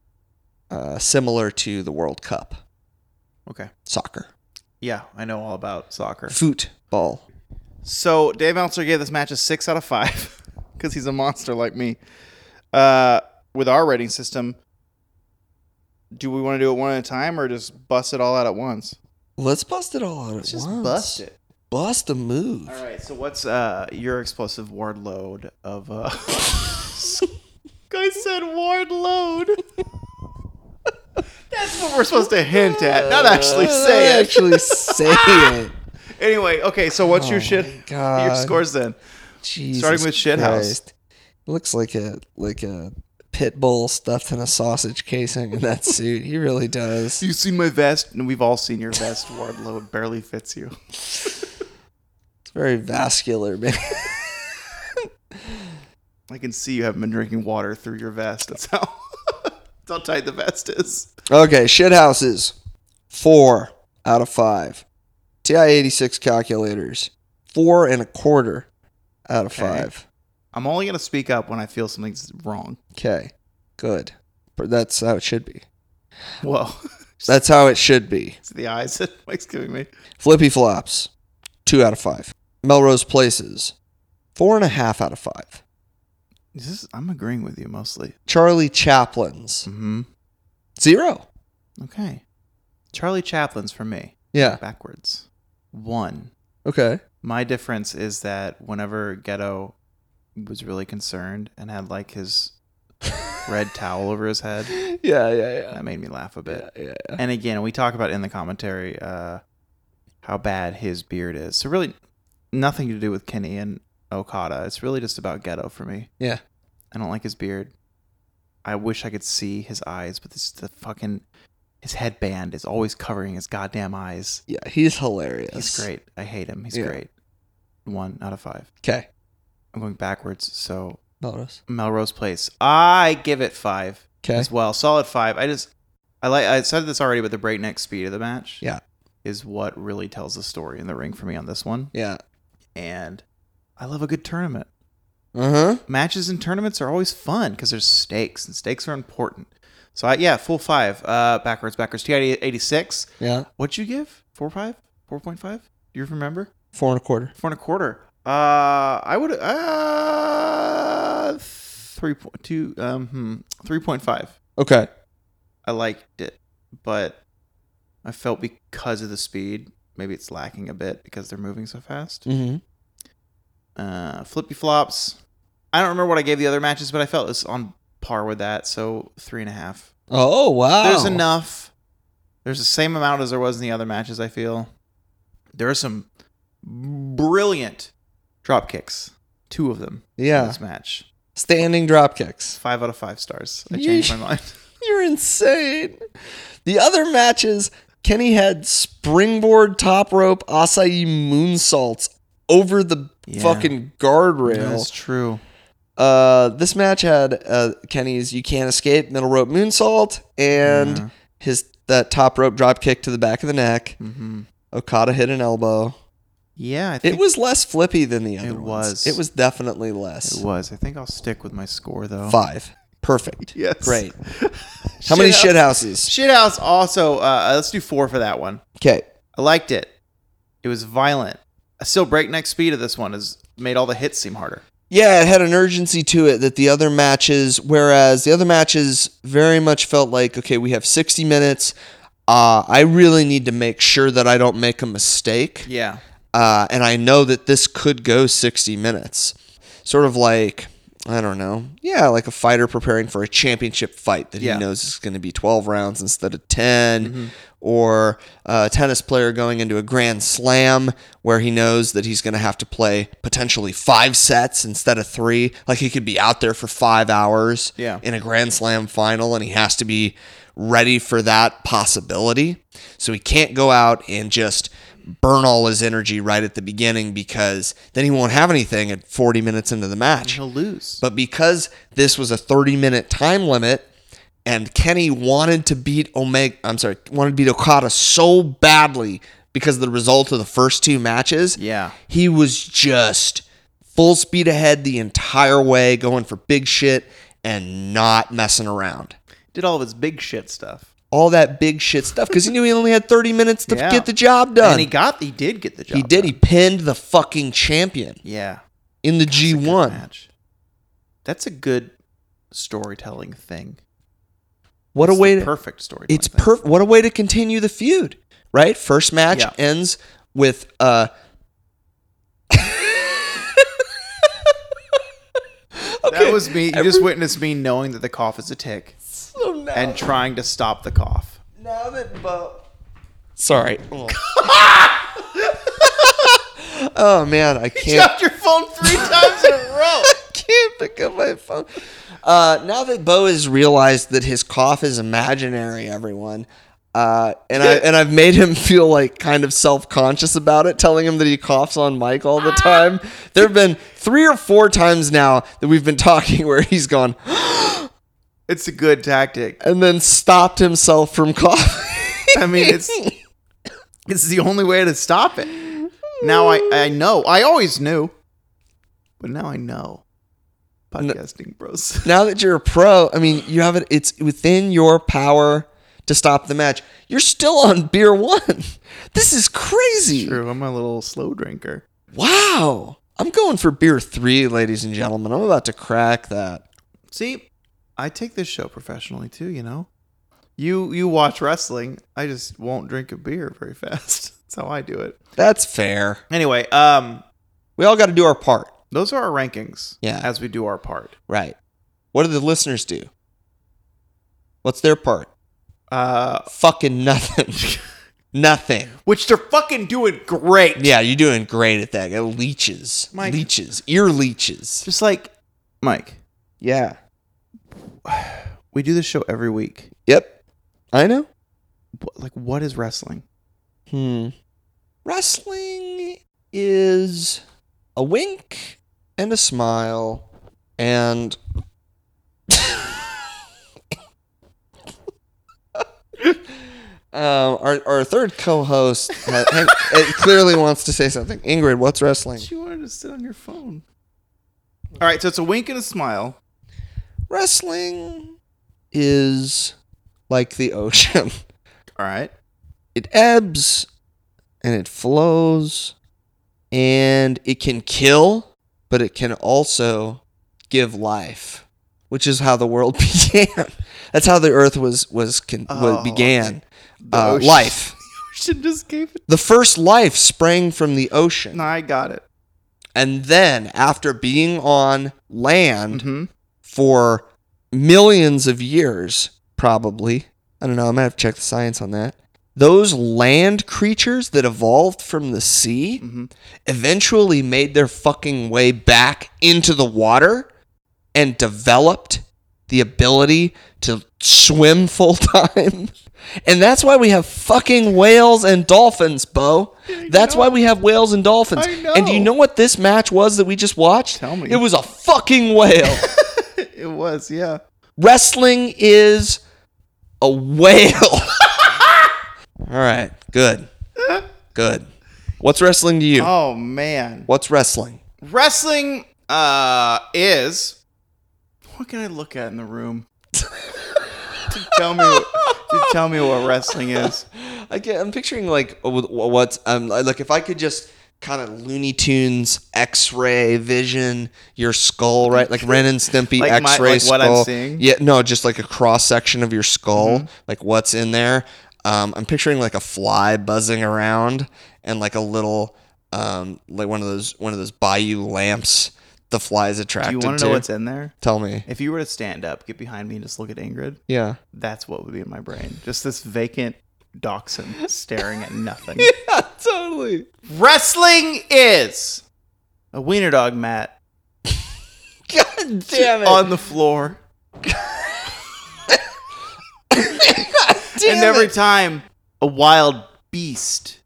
Uh, similar to the World Cup
Okay.
soccer,
Yeah, I know all about soccer.
football.
So Dave Meltzer gave this match a six out of five because he's a monster like me. Uh, with our rating system, do we want to do it one at a time or just bust it all out at once?
Let's bust it all out at
just
once.
bust it.
Bust the move.
All right. So what's uh your explosive ward load of uh? I said ward load. That's what we're supposed to hint at, not actually say it.
Uh, Actually, say it.
Anyway, okay. So what's your shit? Your
God.
scores then?
Jesus
Starting with shit house.
Christ. Looks like a like a pit bull stuffed in a sausage casing in that suit. He really does.
You seen my vest, and we've all seen your vest. Wardlow It barely fits you.
It's very vascular, man.
I can see you haven't been drinking water through your vest. That's how. That's how tight the vest is.
Okay, shit houses. Four out of five. TI eighty six calculators. Four and a quarter out of
Okay.
five.
I'm only gonna speak up when I feel something's wrong.
Okay. Good. But That's how it should be.
Whoa,
That's how it should be.
it's the eyes that Mike's giving me.
Flippy Flops, two out of five. Melrose Places, four and a half out of five.
This is, I'm agreeing with you mostly.
Charlie Chaplin's,
Mm-hmm.
zero.
Okay. Charlie Chaplin's for me.
Yeah.
Backwards. One.
Okay.
My difference is that whenever Ghetto was really concerned and had like his red towel over his head,
Yeah, yeah, yeah.
that made me laugh a bit.
yeah,
And again, we talk about in the commentary uh, how bad his beard is. So really, nothing to do with Kenny and Okada. It's really just about Ghetto for me.
Yeah.
I don't like his beard. I wish I could see his eyes, but this the fucking his headband is always covering his goddamn eyes.
Yeah, he's hilarious.
He's great. I hate him. He's
Yeah.
great. One out of five.
Okay.
I'm going backwards. So
Melrose.
Melrose Place. I give it five
Okay.
as well. Solid five. I just I like I said this already, but the breakneck speed of the match.
Yeah.
Is what really tells the story in the ring for me on this one.
Yeah.
And I love a good tournament.
Uh huh.
Matches and tournaments are always fun because there's stakes and stakes are important. So I, yeah, full five. Uh backwards, backwards. TI eighty six.
Yeah.
What'd you give? Four five? Four point five? Do you remember?
Four and a quarter.
Four and a quarter. Uh, I would uh three point two um hmm, three point five.
Okay.
I liked it, but I felt because of the speed, maybe it's lacking a bit because they're moving so fast.
Mm-hmm.
Uh, Flippy flops. I don't remember what I gave the other matches, but I felt it's on par with that, so three and a half.
Oh wow.
There's enough. There's the same amount as there was in the other matches. I feel there are some brilliant drop kicks. Two of them. in
Yeah.
this match.
Standing drop kicks.
Five out of five stars. I
Yeesh.
changed my mind.
You're insane. The other matches, Kenny had springboard top rope acai moonsaults over the
Yeah.
fucking guardrail.
That's true.
Uh, this match had uh, Kenny's "You Can't Escape" middle rope moonsault and
Yeah.
his that top rope drop kick to the back of the neck.
hmm
Okada hit an elbow.
Yeah, I think
It was less flippy than the other
It
ones.
was.
It was definitely less.
It was. I think I'll stick with my score though.
Five. Perfect.
Yes.
Great. How many shit houses?
Shithouse also. Uh, let's do four for that one.
Okay.
I liked it. It was violent. I still breakneck speed of this one has made all the hits seem harder.
Yeah, it had an urgency to it that the other matches, whereas the other matches very much felt like, okay, we have 60 minutes. Uh, I really need to make sure that I don't make a mistake.
Yeah.
uh, and I know that this could go 60 minutes. Sort of like I don't know. Yeah, like a fighter preparing for a championship fight that
Yeah. Mm-hmm.
he knows is going to be 12 rounds instead of 10, or uh, a tennis player going into a grand slam where he knows that he's going to have to play potentially five sets instead of three. Like he could be out there for five hours
Yeah.
in a grand slam final and he has to be ready for that possibility. So he can't go out and just burn all his energy right at the beginning because then he won't have anything at 40 minutes into the match.
He'll lose.
But because this was a 30 minute time limit and Kenny wanted to beat Omega, I'm sorry, wanted to beat Okada so badly because of the result of the first two matches,
Yeah.
he was just full speed ahead the entire way, going for big shit and not messing around.
Did all of his big shit stuff.
All that big shit stuff because he knew he only had 30 minutes to
Yeah.
get the job done.
And he got he did get the job.
He did. He
done.
pinned the fucking champion
Yeah.
in the
That's a good
G1.
match. That's a good storytelling thing.
What
It's
a way
the
to
perfect storytelling.
it's
thing.
perfect. What a way to continue the feud, right? First match
Yeah.
ends with uh.
That was me. You just witnessed me knowing that the cough is a tick
so now,
and trying to stop the cough.
now that Bo. Sorry. Oh. Oh, man, I can't.
your phone three times in a row.
can't pick up my phone. Uh, now that Bo has realized that his cough is imaginary, everyone, uh, and I and I've made him feel like kind of self conscious about it, telling him that he coughs on mic all the time. There have been three or four times now that we've been talking where he's gone
It's a good tactic.
and then stopped himself from coughing.
I mean, it's it's the only way to stop it. Now I I know. I always knew, but now I know. Podcasting bros.
now that you're a pro, I mean, you have it. It's within your power to stop the match. You're still on beer one. This is crazy.
True. I'm a little slow drinker.
Wow. I'm going for beer three, ladies and gentlemen. I'm about to crack that.
See, I take this show professionally too. You know, you you watch wrestling. I just won't drink a beer very fast. That's how I do it.
That's fair.
Anyway, um,
We all got to do our part.
those are our rankings.
Yeah.
As we do our part.
Right. What do the listeners do? What's their part?
Uh,
Fucking nothing. nothing.
which they're fucking doing great.
Yeah, you're doing great at that. Leeches.
Mike.
Leeches. Ear leeches.
Just like Mike,
Yeah.
we do this show every week.
Yep. I know.
Wh- Like, what is wrestling?
Hmm. Wrestling is a wink and a smile and um, our our third co-host ha- hang- it clearly wants to say something. Ingrid, what's wrestling?
She wanted to sit on your phone. All right, so it's a wink and a smile.
Wrestling is like the ocean.
All right.
it ebbs and it flows and it can kill but it can also give life which is how the world began that's how the earth was was, con- wa-
Oh,
began
the
uh,
ocean.
life
She just gave it.
the first life sprang from the ocean
No, I got it.
and then after being on land
Mm-hmm.
for millions of years, probably. I don't know. I'm gonna have to check the science on that. Those land creatures that evolved from the sea
Mhm.
eventually made their fucking way back into the water and developed the ability to swim full time. And that's why we have fucking whales and dolphins, Bo. That's why we have whales and dolphins.
I
And do you
know.
know what this match was that we just watched?
Tell me.
It was a fucking whale.
It was, yeah.
Wrestling is a whale. All right, good. Good. What's wrestling to you?
Oh man.
What's wrestling?
Wrestling uh is what can I look at in the room? to tell me to tell me what wrestling is.
I get, I'm picturing like uh, wh- wh- what's um like if I could just kind of Looney Tunes X-ray vision, your skull, right? Like Ren and Stimpy
Like my-
X-ray
like
skull.
what I'm seeing? Mm-hmm.
Yeah, no, just like a cross section of your skull, like what's in there. Um, I'm picturing like a fly buzzing around and like a little um like one of those one of those bayou lamps the flies
Do you
attracted
want
to.
to know what's in there?
Tell me.
If you were to stand up, get behind me, and just look at Ingrid,
Yeah.
that's what would be in my brain. Just this vacant dachshund staring at nothing.
Yeah, totally.
Wrestling is a wiener dog mat
God damn it.
on the floor.
Damn
and every
it.
time a wild beast,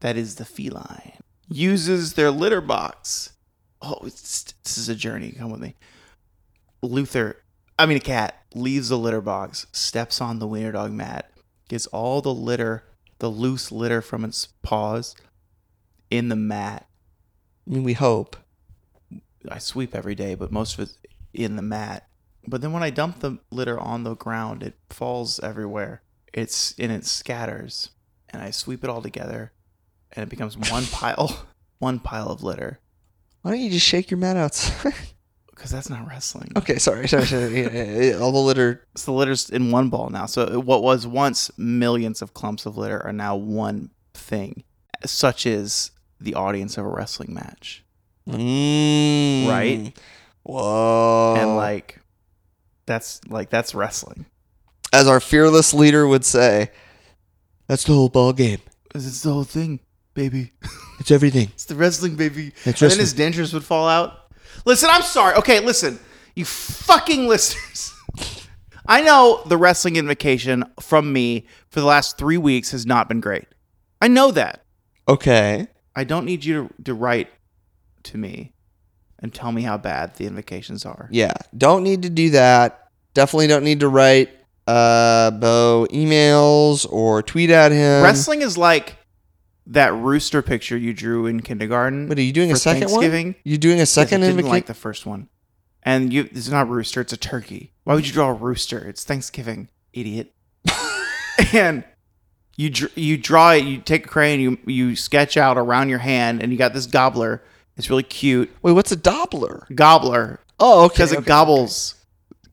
that is the feline, uses their litter box. Oh, it's, this is a journey. Come with me. Luther, I mean, a cat, leaves the litter box, steps on the wiener dog mat, gets all the litter, the loose litter from its paws in the mat.
I mean, we hope.
I sweep every day, but most of it's in the mat. But then when I dump the litter on the ground, it falls everywhere. It's and it scatters, and I sweep it all together, and it becomes one pile, one pile of litter.
Why don't you just shake your mat outside?
Because that's not wrestling.
okay, sorry. sorry, sorry. Yeah, yeah, yeah. All the litter.
So the litter's in one ball now. So what was once millions of clumps of litter are now one thing, such is the audience of a wrestling match.
Mm. Oh.
Right.
Whoa.
And like, that's like that's wrestling.
as our fearless leader would say, that's the whole ball game.
It's the whole thing, baby.
It's everything.
It's the wrestling, baby.
It's
And then his dentures would fall out. Listen, I'm sorry. Okay, listen. You fucking listeners. I know the wrestling invocation from me for the last three weeks has not been great. I know that.
Okay.
I don't need you to, to write to me and tell me how bad the invocations are.
Yeah. Don't need to do that. Definitely don't need to write uh Bo emails or tweet at him.
Wrestling is like that rooster picture you drew in kindergarten.
Wait, are you doing a
for
second one?
Thanksgiving.
You doing a second
Because I didn't
invocation?
like the first one. And you, it's not a rooster, it's a turkey. Why would you draw a rooster? It's Thanksgiving, idiot. and you dr- you draw it. You take a crayon, you you sketch out around your hand, and you got this gobbler. It's really cute,
Wait, what's a Doppler?
gobbler,
Oh, okay.
because
okay.
it gobbles.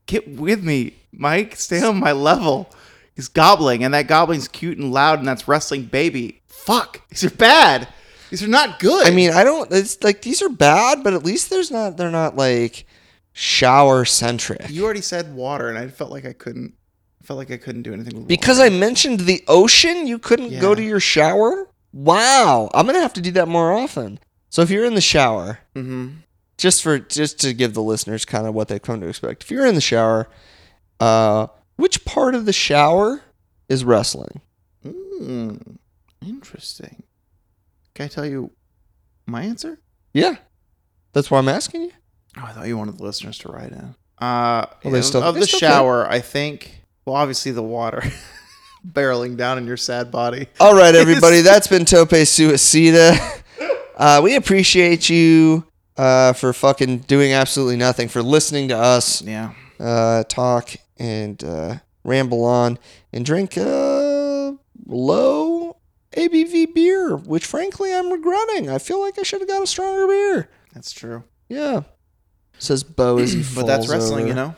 Get with me, Mike. Stay on my level. He's gobbling, and that gobbling's cute and loud, and that's wrestling baby. Fuck, these are bad. These are not good.
I mean, I don't. It's like these are bad, but at least there's not. They're not like shower centric.
You already said water, and I felt like I couldn't. I felt like I couldn't do anything with
Because
water.
I mentioned the ocean, you couldn't
Yeah.
go to your shower? Wow. I'm going to have to do that more often. So if you're in the shower,
Mhm.
just for just to give the listeners kind of what they've come to expect. If you're in the shower, uh which part of the shower is wrestling?
Mm, interesting. Can I tell you my answer?
Yeah. That's why I'm asking you.
Oh, I thought you wanted the listeners to write in. Uh,
Well, they
of-
still-
of
they
the
still
shower, I think. Well, obviously the water barreling down in your sad body.
All right, everybody. That's been Tope Suicida. Uh, we appreciate you uh, for fucking doing absolutely nothing, for listening to us
Yeah.
uh, talk and uh, ramble on and drink uh, low ABV beer, which frankly I'm regretting. I feel like I should have got a stronger beer.
That's true.
Yeah. Says Bo as he falls
But that's wrestling,
over.
you know?